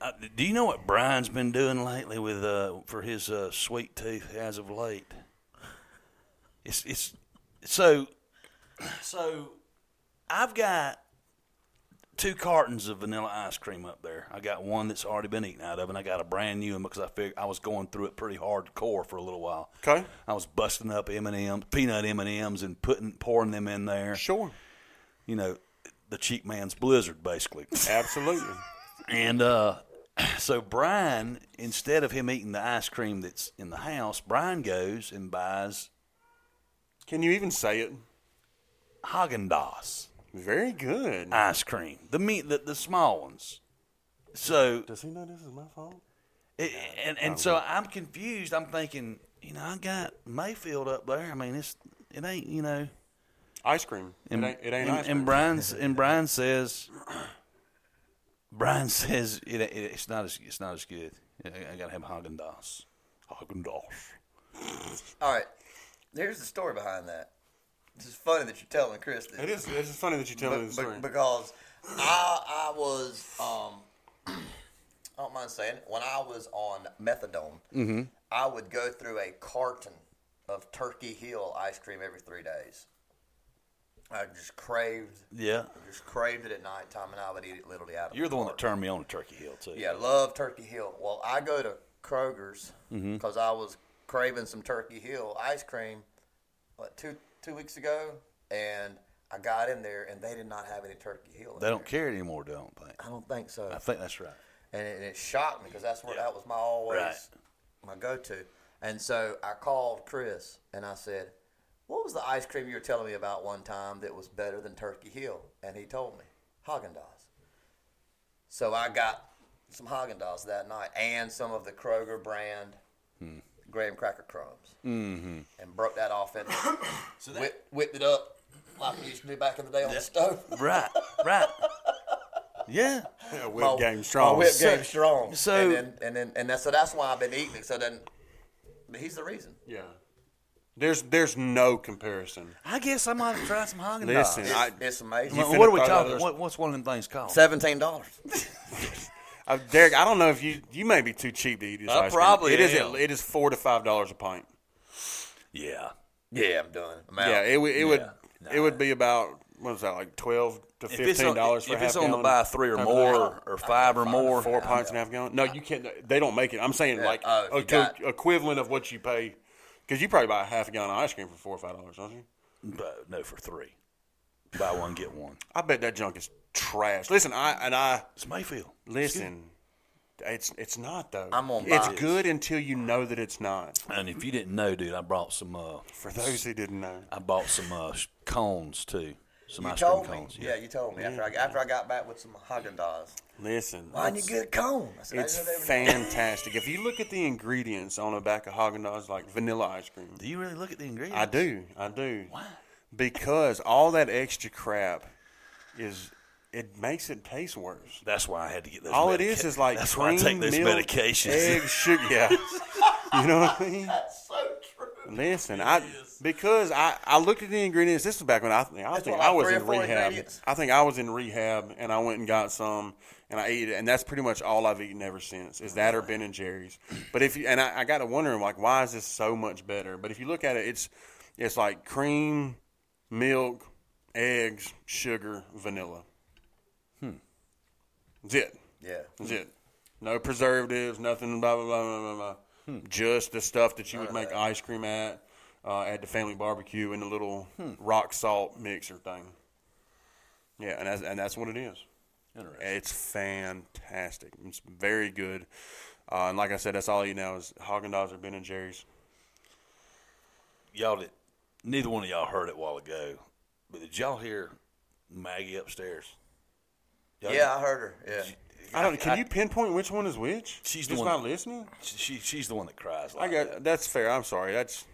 [SPEAKER 2] Uh, do you know what Brian's been doing lately with uh, for his uh, sweet tooth as of late? It's it's so so. I've got two cartons of vanilla ice cream up there. I got one that's already been eaten out of, and I got a brand new one because I figured I was going through it pretty hardcore for a little while.
[SPEAKER 1] Okay.
[SPEAKER 2] I was busting up M and M's, peanut M and M's, and putting pouring them in there.
[SPEAKER 1] Sure.
[SPEAKER 2] You know, the cheap man's blizzard, basically.
[SPEAKER 1] Absolutely.
[SPEAKER 2] And uh, so Brian, instead of him eating the ice cream that's in the house, Brian goes and buys
[SPEAKER 1] Can you even say it?
[SPEAKER 2] Haagen Dazs
[SPEAKER 1] Very good.
[SPEAKER 2] ice cream, the meat, the, the small ones. So
[SPEAKER 1] Does he know this is my fault?
[SPEAKER 2] it, and and so I'm confused. I'm thinking, you know, I got Mayfield up there. I mean, it's it ain't you know.
[SPEAKER 1] Ice cream.
[SPEAKER 2] And,
[SPEAKER 1] it ain't, it ain't
[SPEAKER 2] and,
[SPEAKER 1] ice cream.
[SPEAKER 2] and Brian's and Brian says, Brian says it, it, it's not as it's not as good. I, I gotta have Haagen Dazs. Haagen Dazs.
[SPEAKER 3] All right. There's the story behind that. This is funny that you're telling Chris this.
[SPEAKER 1] it is. It's funny that you tell me
[SPEAKER 3] Be-
[SPEAKER 1] this
[SPEAKER 3] be-
[SPEAKER 1] story.
[SPEAKER 3] because I I was um I don't mind saying it, when I was on methadone,
[SPEAKER 2] Mm-hmm.
[SPEAKER 3] I would go through a carton of Turkey Hill ice cream every three days. I just craved,
[SPEAKER 2] Yeah,
[SPEAKER 3] just craved it at nighttime, and I would eat it literally out of.
[SPEAKER 2] you're the one that
[SPEAKER 3] carton.
[SPEAKER 2] turned me on to Turkey Hill too.
[SPEAKER 3] Yeah, love Turkey Hill. Well, I go to Kroger's
[SPEAKER 2] Mm-hmm.
[SPEAKER 3] because I was craving some Turkey Hill ice cream, what two two weeks ago, and I got in there and they did not have any Turkey Hill. in
[SPEAKER 2] they don't
[SPEAKER 3] there.
[SPEAKER 2] care anymore. They don't think.
[SPEAKER 3] I don't think so.
[SPEAKER 2] I think that's right.
[SPEAKER 3] and, it, and it shocked me because that's where that was my always
[SPEAKER 2] Right.
[SPEAKER 3] my go to. And so I called Chris and I said, "What was the ice cream you were telling me about one time that was better than Turkey Hill?" And he told me Haagen Dazs. So I got some Haagen Dazs that night and some of the Kroger brand graham cracker crumbs mm-hmm. and broke that off and whip, whipped it up like we used to do back in the day on the stove.
[SPEAKER 2] Right, right. Yeah,
[SPEAKER 1] Yeah,
[SPEAKER 3] My-
[SPEAKER 1] whip game
[SPEAKER 3] My
[SPEAKER 1] strong.
[SPEAKER 3] whip game strong.
[SPEAKER 2] so-
[SPEAKER 3] and then, and then and that's so that's why I've been eating it. So then, but he's the reason.
[SPEAKER 1] Yeah. There's there's no comparison.
[SPEAKER 2] I guess I might have tried some Haagen
[SPEAKER 1] Listen,
[SPEAKER 2] Dazs.
[SPEAKER 3] It's,
[SPEAKER 1] I,
[SPEAKER 3] it's amazing.
[SPEAKER 1] You
[SPEAKER 2] What are we
[SPEAKER 1] finna throw
[SPEAKER 2] talking?
[SPEAKER 1] those-
[SPEAKER 2] What, what's one of them things called?
[SPEAKER 3] Seventeen dollars.
[SPEAKER 1] I, Derek, I don't know if you you may be too cheap to eat this
[SPEAKER 2] I
[SPEAKER 1] ice
[SPEAKER 2] probably
[SPEAKER 1] cream. It is
[SPEAKER 2] am.
[SPEAKER 1] it is four to five dollars a pint.
[SPEAKER 2] Yeah,
[SPEAKER 3] Yeah, I'm done. I'm out.
[SPEAKER 1] Yeah, it would it would
[SPEAKER 2] Yeah.
[SPEAKER 1] it would be about what was that like twelve to
[SPEAKER 2] if it's
[SPEAKER 1] fifteen
[SPEAKER 2] on,
[SPEAKER 1] dollars for
[SPEAKER 2] if
[SPEAKER 1] half
[SPEAKER 2] it's on the
[SPEAKER 1] gallon?
[SPEAKER 2] buy three or
[SPEAKER 1] Something
[SPEAKER 2] more
[SPEAKER 1] like
[SPEAKER 2] or, five or more,
[SPEAKER 1] four pints and a half gallon. No, you can't. They don't make it. I'm saying like
[SPEAKER 3] oh, if
[SPEAKER 1] a
[SPEAKER 3] you got-
[SPEAKER 1] equivalent of what you pay because you probably buy a half a gallon of ice cream for four or five dollars, don't you?
[SPEAKER 2] But no, for three, buy one get one.
[SPEAKER 1] I bet that junk is trash. Listen, I and I
[SPEAKER 2] It's Mayfield.
[SPEAKER 1] listen. It's it's not though.
[SPEAKER 3] I'm gonna buy
[SPEAKER 1] It's
[SPEAKER 3] this.
[SPEAKER 1] good until you know that it's not.
[SPEAKER 2] And if you didn't know, dude, I brought some. Uh,
[SPEAKER 1] For those who didn't know,
[SPEAKER 2] I bought some uh, sh- cones too. Some
[SPEAKER 3] You
[SPEAKER 2] ice cream
[SPEAKER 3] told me.
[SPEAKER 2] cones.
[SPEAKER 3] Yeah. you told me after I after I got back with some Haagen Dazs.
[SPEAKER 1] listen.
[SPEAKER 3] Why didn't you get a cone? I said, I
[SPEAKER 1] It's
[SPEAKER 3] didn't know they were-
[SPEAKER 1] fantastic. if you look at the ingredients on a back of Haagen Dazs, like vanilla ice cream,
[SPEAKER 2] Do you really look at the ingredients?
[SPEAKER 1] I do, I do. Because all that extra crap is it makes it taste worse.
[SPEAKER 2] That's why I had to get those.
[SPEAKER 1] All it
[SPEAKER 2] medica-
[SPEAKER 1] is is like
[SPEAKER 2] that's why I take
[SPEAKER 1] cream,
[SPEAKER 2] those
[SPEAKER 1] milk,
[SPEAKER 2] medications.
[SPEAKER 1] egg, sugar. Yeah, you know what I mean. That's so true. Listen, I because I I looked at the ingredients. This is back when I think I think
[SPEAKER 3] what,
[SPEAKER 1] I
[SPEAKER 3] like
[SPEAKER 1] was
[SPEAKER 3] three or
[SPEAKER 1] in
[SPEAKER 3] four
[SPEAKER 1] rehab.
[SPEAKER 3] ingredients?
[SPEAKER 1] I think I was in rehab, and I went and got some, and I ate it, and that's pretty much all I've eaten ever since. Is that or Ben and Jerry's? But if you and I, I got to wondering like why is this so much better? But if you look at it, it's it's like cream, milk, eggs, sugar, vanilla. Hmm. That's it.
[SPEAKER 3] Yeah.
[SPEAKER 1] That's it. No preservatives, nothing, blah, blah, blah, blah, blah, blah.
[SPEAKER 2] Hmm.
[SPEAKER 1] Just the stuff that you would make ice cream at, uh, at the family barbecue in the little
[SPEAKER 2] Hmm.
[SPEAKER 1] rock salt mixer thing. Yeah, and that's, and that's what it is. It's fantastic. It's very good. Uh, and like I said, that's all you know is Haagen Dazs or Ben and Jerry's.
[SPEAKER 2] y'all did. Neither one of y'all heard it a while ago, but did y'all hear Maggie upstairs? Y'all-
[SPEAKER 3] Yeah, I heard her. Yeah.
[SPEAKER 1] I don't. Can you pinpoint which one is which?
[SPEAKER 2] She's the
[SPEAKER 1] just
[SPEAKER 2] one-
[SPEAKER 1] by listening.
[SPEAKER 2] She she's the one that cries.
[SPEAKER 1] I
[SPEAKER 2] Like
[SPEAKER 1] got.
[SPEAKER 2] that.
[SPEAKER 1] That's fair. I'm sorry. That's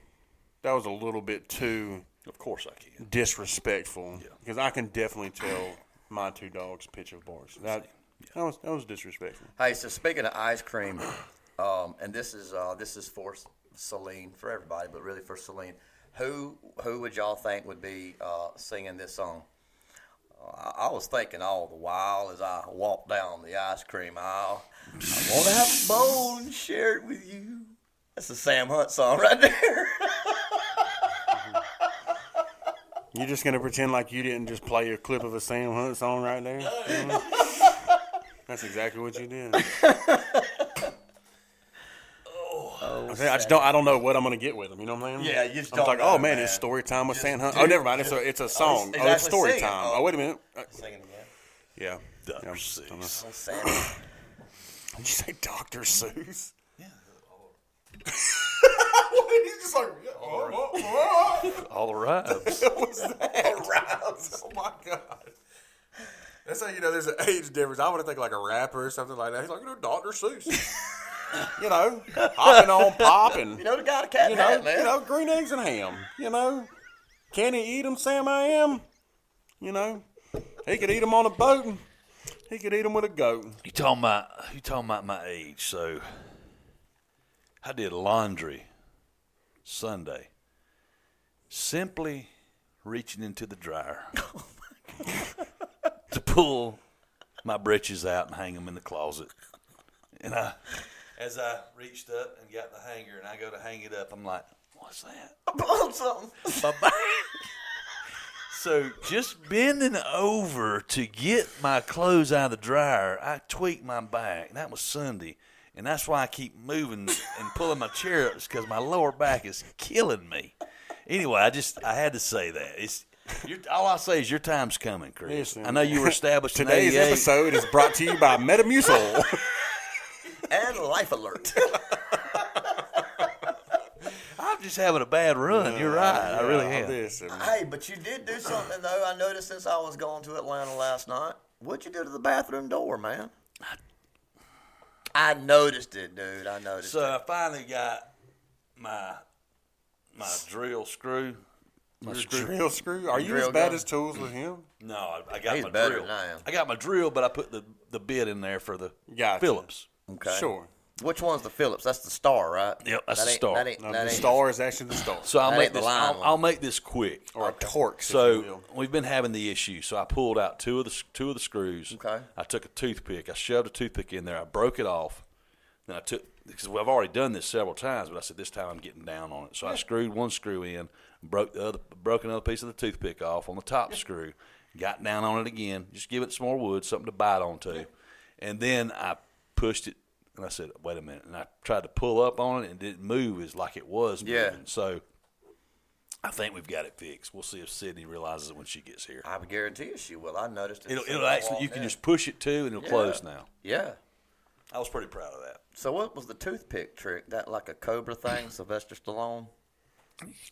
[SPEAKER 1] that was a little bit too.
[SPEAKER 2] Of course I can.
[SPEAKER 1] disrespectful because I can definitely tell my two dogs pitch of bars. That that was that was disrespectful.
[SPEAKER 3] Hey, so speaking of ice cream, um, and this is uh, this is for Celine for everybody, but really for Celine, who who would y'all think would be uh, singing this song? I I was thinking all the while as I walked down the ice cream aisle, I want to have a bowl and share it with you. That's a Sam Hunt song right there.
[SPEAKER 1] You're just gonna pretend like you didn't just play a clip of a Sam Hunt song right there. That's exactly what you did. I, say, I just don't. I don't know what I'm gonna get with them. You know what I'm saying?
[SPEAKER 3] Oh. Yeah, you just
[SPEAKER 1] I'm
[SPEAKER 3] don't
[SPEAKER 1] like,
[SPEAKER 3] know,
[SPEAKER 1] oh man,
[SPEAKER 3] man.
[SPEAKER 1] it's story time with Sam Hunt. oh, never mind. It's a it's a song. Oh, it's
[SPEAKER 3] exactly
[SPEAKER 1] story
[SPEAKER 3] singing.
[SPEAKER 1] time.
[SPEAKER 3] Oh.
[SPEAKER 1] Oh, wait a minute. Uh,
[SPEAKER 3] Singing again.
[SPEAKER 1] yeah.
[SPEAKER 2] Dr.
[SPEAKER 1] Yeah.
[SPEAKER 2] Seuss.
[SPEAKER 3] Oh, Sam.
[SPEAKER 1] Did you say Dr. Seuss? uh,
[SPEAKER 2] All right.
[SPEAKER 1] Oh my god. That's how you know there's an age difference. I would have think like a rapper or something like that. He's like, you know, Dr. Seuss. you know, hopping on pop and
[SPEAKER 3] You know the guy with the cat
[SPEAKER 1] you
[SPEAKER 3] in
[SPEAKER 1] know,
[SPEAKER 3] the hat, man.
[SPEAKER 1] you know, green eggs and ham. You know, can he eat them, Sam? I am. You know, he could eat them on a boat. And he could eat them with a goat.
[SPEAKER 2] You talking about you talking about my age? So I did laundry Sunday, simply reaching into the dryer to pull my breeches out and hang them in the closet. And I, as I reached up and got the hanger and I go to hang it up, I'm like, "What's that?"
[SPEAKER 3] Pulled something.
[SPEAKER 2] Bye-bye. so just bending over to get my clothes out of the dryer, I tweaked my back. That was Sunday. And that's why I keep moving and pulling my chair up because my lower back is killing me. Anyway, I just I had to say that. It's you're, all I say is your time's coming, Chris.
[SPEAKER 1] Listen.
[SPEAKER 2] I know you were established in
[SPEAKER 1] Today's
[SPEAKER 2] 88.
[SPEAKER 1] episode is brought to you by Metamucil.
[SPEAKER 3] And life alert.
[SPEAKER 2] I'm just having a bad run. You're right. I really
[SPEAKER 1] Yeah,
[SPEAKER 2] am.
[SPEAKER 1] Listen,
[SPEAKER 3] hey, but you did do something though. I noticed since I was going to Atlanta last night. What'd you do to the bathroom door, man? I noticed it, dude. I noticed
[SPEAKER 2] So
[SPEAKER 3] it.
[SPEAKER 2] I finally got my my drill screw. My
[SPEAKER 1] your drill screw. Are you
[SPEAKER 3] Drill
[SPEAKER 1] as bad
[SPEAKER 3] gun.
[SPEAKER 1] as tools with him?
[SPEAKER 2] No, I, I got
[SPEAKER 3] He's
[SPEAKER 2] my
[SPEAKER 3] better
[SPEAKER 2] drill.
[SPEAKER 3] than I am.
[SPEAKER 2] got my drill, but I put the the bit in there for the
[SPEAKER 1] Gotcha.
[SPEAKER 2] Phillips.
[SPEAKER 3] Okay.
[SPEAKER 1] Sure.
[SPEAKER 3] Which one's the Phillips? That's the star, right?
[SPEAKER 2] Yep, that's
[SPEAKER 3] that
[SPEAKER 2] the
[SPEAKER 3] ain't-
[SPEAKER 2] star.
[SPEAKER 3] That ain't,
[SPEAKER 1] No,
[SPEAKER 3] that
[SPEAKER 1] the
[SPEAKER 3] ain't-
[SPEAKER 1] star is actually the star,
[SPEAKER 2] So I'll
[SPEAKER 3] That
[SPEAKER 2] make
[SPEAKER 3] ain't the
[SPEAKER 2] this.
[SPEAKER 3] line
[SPEAKER 2] I'll,
[SPEAKER 3] one.
[SPEAKER 2] I'll make this quick.
[SPEAKER 1] or a torx. if you
[SPEAKER 2] So
[SPEAKER 1] will.
[SPEAKER 2] we've been having the issue. So I pulled out two of the s- two of the screws.
[SPEAKER 3] Okay.
[SPEAKER 2] I took a toothpick. I shoved a toothpick in there. I broke it off. Then I took because I've already done this several times, but I said this time I'm getting down on it. So I screwed one screw in, broke the other, broke another piece of the toothpick off on the top screw, got down on it again. Just give it some more wood, something to bite onto, and then I pushed it. And I said, "Wait a minute!" And I tried to pull up on it, and it didn't move as like it was moving.
[SPEAKER 3] Yeah.
[SPEAKER 2] So I think we've got it fixed. We'll see if Sydney realizes it when she gets here.
[SPEAKER 3] I guarantee you she will. I noticed it.
[SPEAKER 2] It'll,
[SPEAKER 3] as soon
[SPEAKER 2] it'll
[SPEAKER 3] as I
[SPEAKER 2] actually you
[SPEAKER 3] walked
[SPEAKER 2] can
[SPEAKER 3] in.
[SPEAKER 2] just push it too, and it'll close now.
[SPEAKER 3] Yeah.
[SPEAKER 2] I was pretty proud of that.
[SPEAKER 3] So what was the toothpick trick? That like a cobra thing, Sylvester Stallone?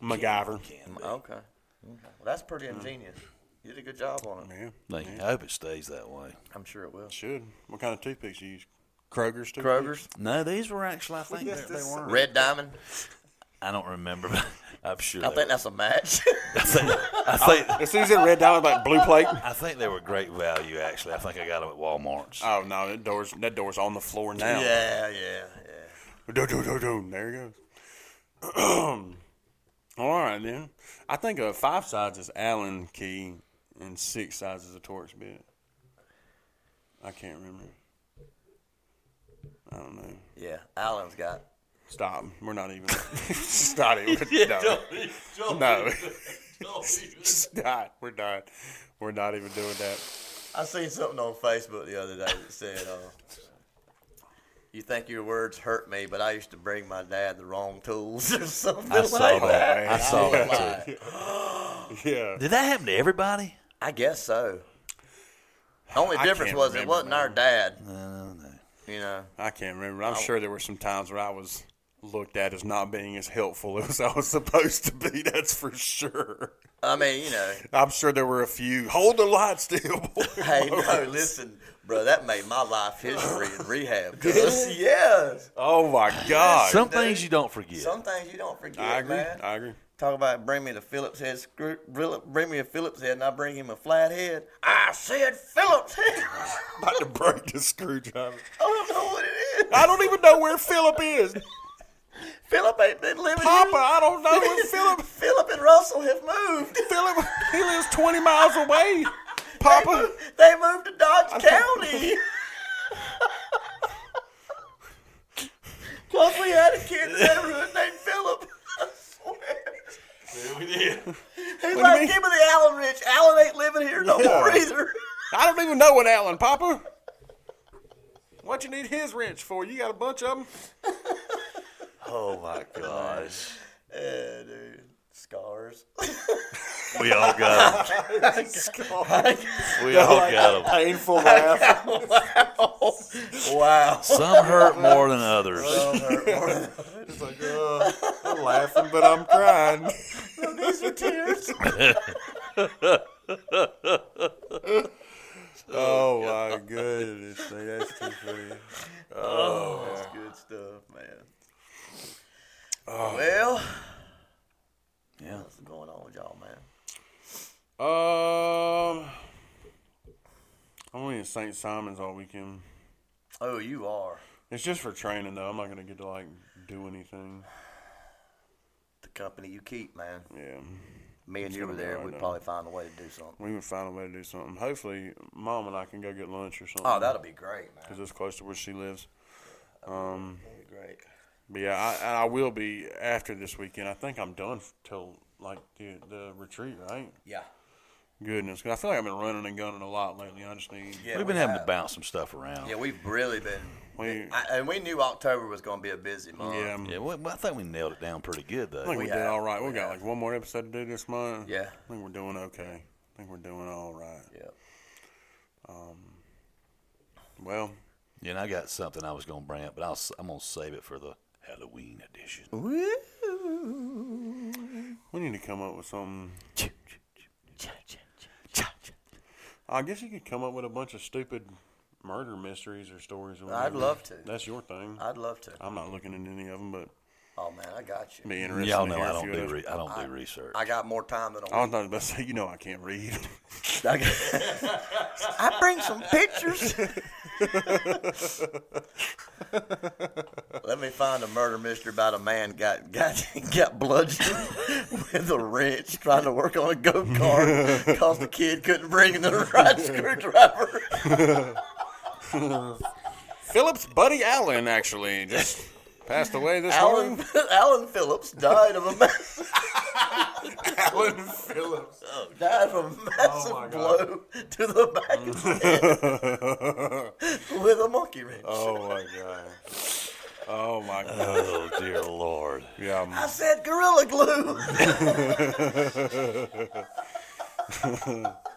[SPEAKER 1] MacGyver.
[SPEAKER 3] Mm, Okay. okay. Well, that's pretty ingenious. You did a good job on it.
[SPEAKER 1] Yeah,
[SPEAKER 2] Thank you. I hope it stays that way.
[SPEAKER 3] I'm sure it will.
[SPEAKER 1] should. What kind of toothpicks you use? Kroger's toothpicks.
[SPEAKER 3] Kroger's
[SPEAKER 2] No, these were actually I think
[SPEAKER 1] Yes,
[SPEAKER 2] they, they
[SPEAKER 1] this-
[SPEAKER 2] were.
[SPEAKER 3] Red Diamond.
[SPEAKER 2] I don't remember. But I'm sure.
[SPEAKER 3] I
[SPEAKER 2] they
[SPEAKER 3] think
[SPEAKER 2] were.
[SPEAKER 3] that's a match.
[SPEAKER 2] I think
[SPEAKER 1] As soon as it red down, like blue plate.
[SPEAKER 2] I think they were great value. Actually, I think I got them at Walmart's.
[SPEAKER 1] Oh no, that door's that door's on the floor now.
[SPEAKER 3] yeah, yeah, yeah.
[SPEAKER 1] Do, do, do, do. There it goes. All right, then. I think uh, five sides is Allen key and six sides is a Torx bit. I can't remember. I don't know.
[SPEAKER 3] Yeah. Allen's got.
[SPEAKER 1] Stop. We're not even. Stop it. We're, no. no. Stop. We're not. We're not even doing that.
[SPEAKER 3] I seen something on Facebook the other day that said, uh, "You think your words hurt me, but I used to bring my dad the wrong tools or something."
[SPEAKER 2] I saw
[SPEAKER 3] like
[SPEAKER 2] that.
[SPEAKER 1] man.
[SPEAKER 2] I saw that too.
[SPEAKER 1] Yeah.
[SPEAKER 2] Did that happen to everybody?
[SPEAKER 3] I guess so. The only
[SPEAKER 1] I
[SPEAKER 3] difference
[SPEAKER 1] can't
[SPEAKER 3] was it
[SPEAKER 1] remember,
[SPEAKER 3] wasn't our
[SPEAKER 1] man.
[SPEAKER 3] dad.
[SPEAKER 2] No, no.
[SPEAKER 3] You know,
[SPEAKER 1] I can't remember. I'm sure there were some times where I was looked at as not being as helpful as I was supposed to be. That's for sure.
[SPEAKER 3] I mean, you know.
[SPEAKER 1] I'm sure there were a few. Hold the light still, boy.
[SPEAKER 3] Hey, no, listen, bro. That made my life history in rehab. Cause, yes.
[SPEAKER 1] Oh my God.
[SPEAKER 2] Some things you don't forget.
[SPEAKER 3] Some things you don't forget,
[SPEAKER 1] I agree.
[SPEAKER 3] man.
[SPEAKER 1] I agree.
[SPEAKER 3] Talk about bring me the Phillips head screw. Phillip- Bring me a Phillips head, and I bring him a flat head. I said Phillips head.
[SPEAKER 1] About to break the screwdriver.
[SPEAKER 3] I don't know what it is.
[SPEAKER 1] I don't even know where Philip is.
[SPEAKER 3] Philip ain't been living
[SPEAKER 1] Papa,
[SPEAKER 3] here.
[SPEAKER 1] I don't know where Philip
[SPEAKER 3] Philip and Russell have moved.
[SPEAKER 1] Philip he lives twenty miles away. Papa?
[SPEAKER 3] They moved to Dodge County. Cause we had a kid in the neighborhood named Philip. I swear.
[SPEAKER 2] we did.
[SPEAKER 3] He's
[SPEAKER 1] you
[SPEAKER 3] like,
[SPEAKER 1] mean?
[SPEAKER 3] give me the Allen Rich. Allen ain't living here no more either.
[SPEAKER 1] I don't even know what Allen, Papa. What you need his wrench for? You got a bunch of them.
[SPEAKER 2] Oh my gosh.
[SPEAKER 3] Yeah, dude. Scars.
[SPEAKER 2] We all got them.
[SPEAKER 3] Scars.
[SPEAKER 2] We all got them.
[SPEAKER 1] Painful laugh.
[SPEAKER 3] wow.
[SPEAKER 2] Some hurt more than others.
[SPEAKER 1] It's like, uh, I'm laughing, but I'm crying.
[SPEAKER 3] These are tears.
[SPEAKER 1] Oh my goodness, man, that's too funny.
[SPEAKER 3] That's good stuff, man. Well,
[SPEAKER 2] Yeah.
[SPEAKER 3] what's going on with y'all, man?
[SPEAKER 1] Um, I'm only in St. Simon's all weekend.
[SPEAKER 3] Oh, you are
[SPEAKER 1] It's just for training though. I'm not gonna get to like do anything.
[SPEAKER 3] the company you keep, man.
[SPEAKER 1] Yeah,
[SPEAKER 3] Me and you were
[SPEAKER 1] gonna be
[SPEAKER 3] there.
[SPEAKER 1] hard,
[SPEAKER 3] We'd
[SPEAKER 1] though.
[SPEAKER 3] probably find a way to do something.
[SPEAKER 1] we can find a way to do something. Hopefully, Mom and I can go get lunch or something.
[SPEAKER 3] Oh, that'll be great, man.
[SPEAKER 1] because it's close to where she lives. Um,
[SPEAKER 3] That'll be great.
[SPEAKER 1] But yeah, I, and I will be after this weekend. I think I'm done f- till like the the retreat, right?
[SPEAKER 3] Yeah.
[SPEAKER 1] Goodness, 'cause I feel like I've been running and gunning a lot lately. I just need.
[SPEAKER 3] Yeah,
[SPEAKER 2] We've
[SPEAKER 3] we
[SPEAKER 2] been having
[SPEAKER 3] have.
[SPEAKER 2] to bounce some stuff around.
[SPEAKER 3] Yeah, we've really been.
[SPEAKER 1] We-
[SPEAKER 3] I, and we knew October was going to be a busy month.
[SPEAKER 1] Yeah,
[SPEAKER 2] Yeah, well, I think we nailed it down pretty good,
[SPEAKER 1] I think
[SPEAKER 2] though.
[SPEAKER 1] we,
[SPEAKER 3] We
[SPEAKER 1] did
[SPEAKER 3] have,
[SPEAKER 1] all right. We,
[SPEAKER 3] we
[SPEAKER 1] got
[SPEAKER 3] have.
[SPEAKER 1] like one more episode to do this month.
[SPEAKER 3] Yeah.
[SPEAKER 1] I think we're doing okay. I think we're doing all right.
[SPEAKER 3] Yeah.
[SPEAKER 1] Well,
[SPEAKER 2] Yeah, and I got something I was going to bring up, but I'll, s- I'm going to save it for the Halloween edition.
[SPEAKER 1] we need to come up with something. I guess you could come up with a bunch of stupid murder mysteries or stories. Or
[SPEAKER 3] I'd
[SPEAKER 1] whatever.
[SPEAKER 3] love to.
[SPEAKER 1] That's your thing.
[SPEAKER 3] I'd love to.
[SPEAKER 1] I'm not looking into any of them, but
[SPEAKER 3] Oh man, I got you.
[SPEAKER 1] it'd be interesting.
[SPEAKER 2] Y'all
[SPEAKER 1] to
[SPEAKER 2] know
[SPEAKER 1] hear
[SPEAKER 2] I
[SPEAKER 1] a
[SPEAKER 2] don't
[SPEAKER 1] few
[SPEAKER 2] do
[SPEAKER 1] of those.
[SPEAKER 2] re- I don't do research.
[SPEAKER 3] I got more time than a
[SPEAKER 1] I was
[SPEAKER 3] week.
[SPEAKER 1] not about to say, you know, I can't read.
[SPEAKER 3] I, got- I bring some pictures. Let me find a murder mystery about a man got got got bludgeoned with a wrench trying to work on a go kart because the kid couldn't bring in the right screwdriver.
[SPEAKER 1] Phillips Buddy Allen actually just passed away this morning.
[SPEAKER 3] Alan Alan Phillips died of a mass.
[SPEAKER 1] Alan Phillips. Oh,
[SPEAKER 3] died from a massive
[SPEAKER 1] my God.
[SPEAKER 3] blow to the back of his head with a monkey wrench.
[SPEAKER 1] Oh my god. Oh my god.
[SPEAKER 2] oh, dear Lord.
[SPEAKER 1] Yeah.
[SPEAKER 3] I said gorilla glue.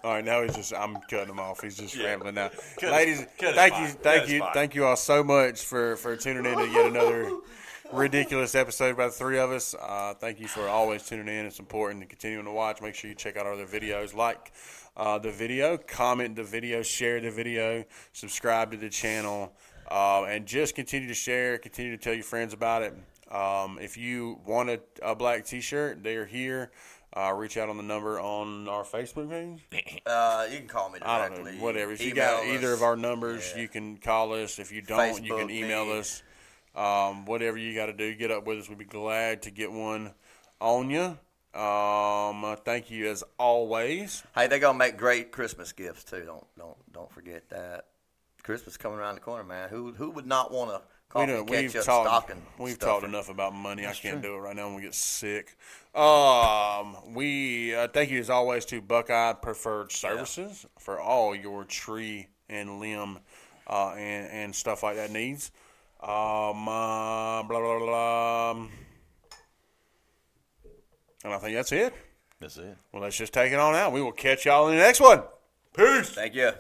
[SPEAKER 1] All right, now he's just I'm cutting him off. He's just rambling now.
[SPEAKER 2] Cut
[SPEAKER 1] Ladies,
[SPEAKER 2] his- cut his
[SPEAKER 1] thank
[SPEAKER 2] mic.
[SPEAKER 1] you,
[SPEAKER 2] Cut
[SPEAKER 1] thank
[SPEAKER 2] his
[SPEAKER 1] you,
[SPEAKER 2] mic.
[SPEAKER 1] thank you all so much for for tuning in to yet another ridiculous episode by the three of us. Uh, thank you for always tuning in. It's important to continuing to watch. Make sure you check out our other videos, like uh, the video, comment the video, share the video, subscribe to the channel, uh, and just continue to share. Continue to tell your friends about it. Um, if you want a, a black T-shirt, they're here. Uh, reach out on the number on our Facebook page.
[SPEAKER 3] Uh, you can call me
[SPEAKER 1] I
[SPEAKER 3] directly. E-
[SPEAKER 1] don't know. Whatever. If you
[SPEAKER 3] Email
[SPEAKER 1] got either
[SPEAKER 3] us.
[SPEAKER 1] of our numbers, you can call us. If you don't, you can
[SPEAKER 3] Facebook
[SPEAKER 1] email
[SPEAKER 3] me.
[SPEAKER 1] us. Um, whatever you got to do, get up with us. We'd be glad to get one on you. Um, uh, thank you as always.
[SPEAKER 3] Hey, they're gonna make great Christmas gifts too. Don't don't don't forget that. Christmas coming around the corner, man. Who who would not want a
[SPEAKER 1] We
[SPEAKER 3] coffee
[SPEAKER 1] done- we've
[SPEAKER 3] ketchup
[SPEAKER 1] talked.
[SPEAKER 3] stocking?
[SPEAKER 1] we've
[SPEAKER 3] stuffer?
[SPEAKER 1] talked enough about money. I can't do it right now. I'm gonna get sick. Um, we uh, thank you as always to Buckeye Preferred Services for all your tree and limb uh, and and stuff like that needs. Um, uh, blah blah blah. um, And I think that's it.
[SPEAKER 2] That's it.
[SPEAKER 1] Well, let's just take it on out. We will catch y'all in the next one. Peace.
[SPEAKER 3] Thank you.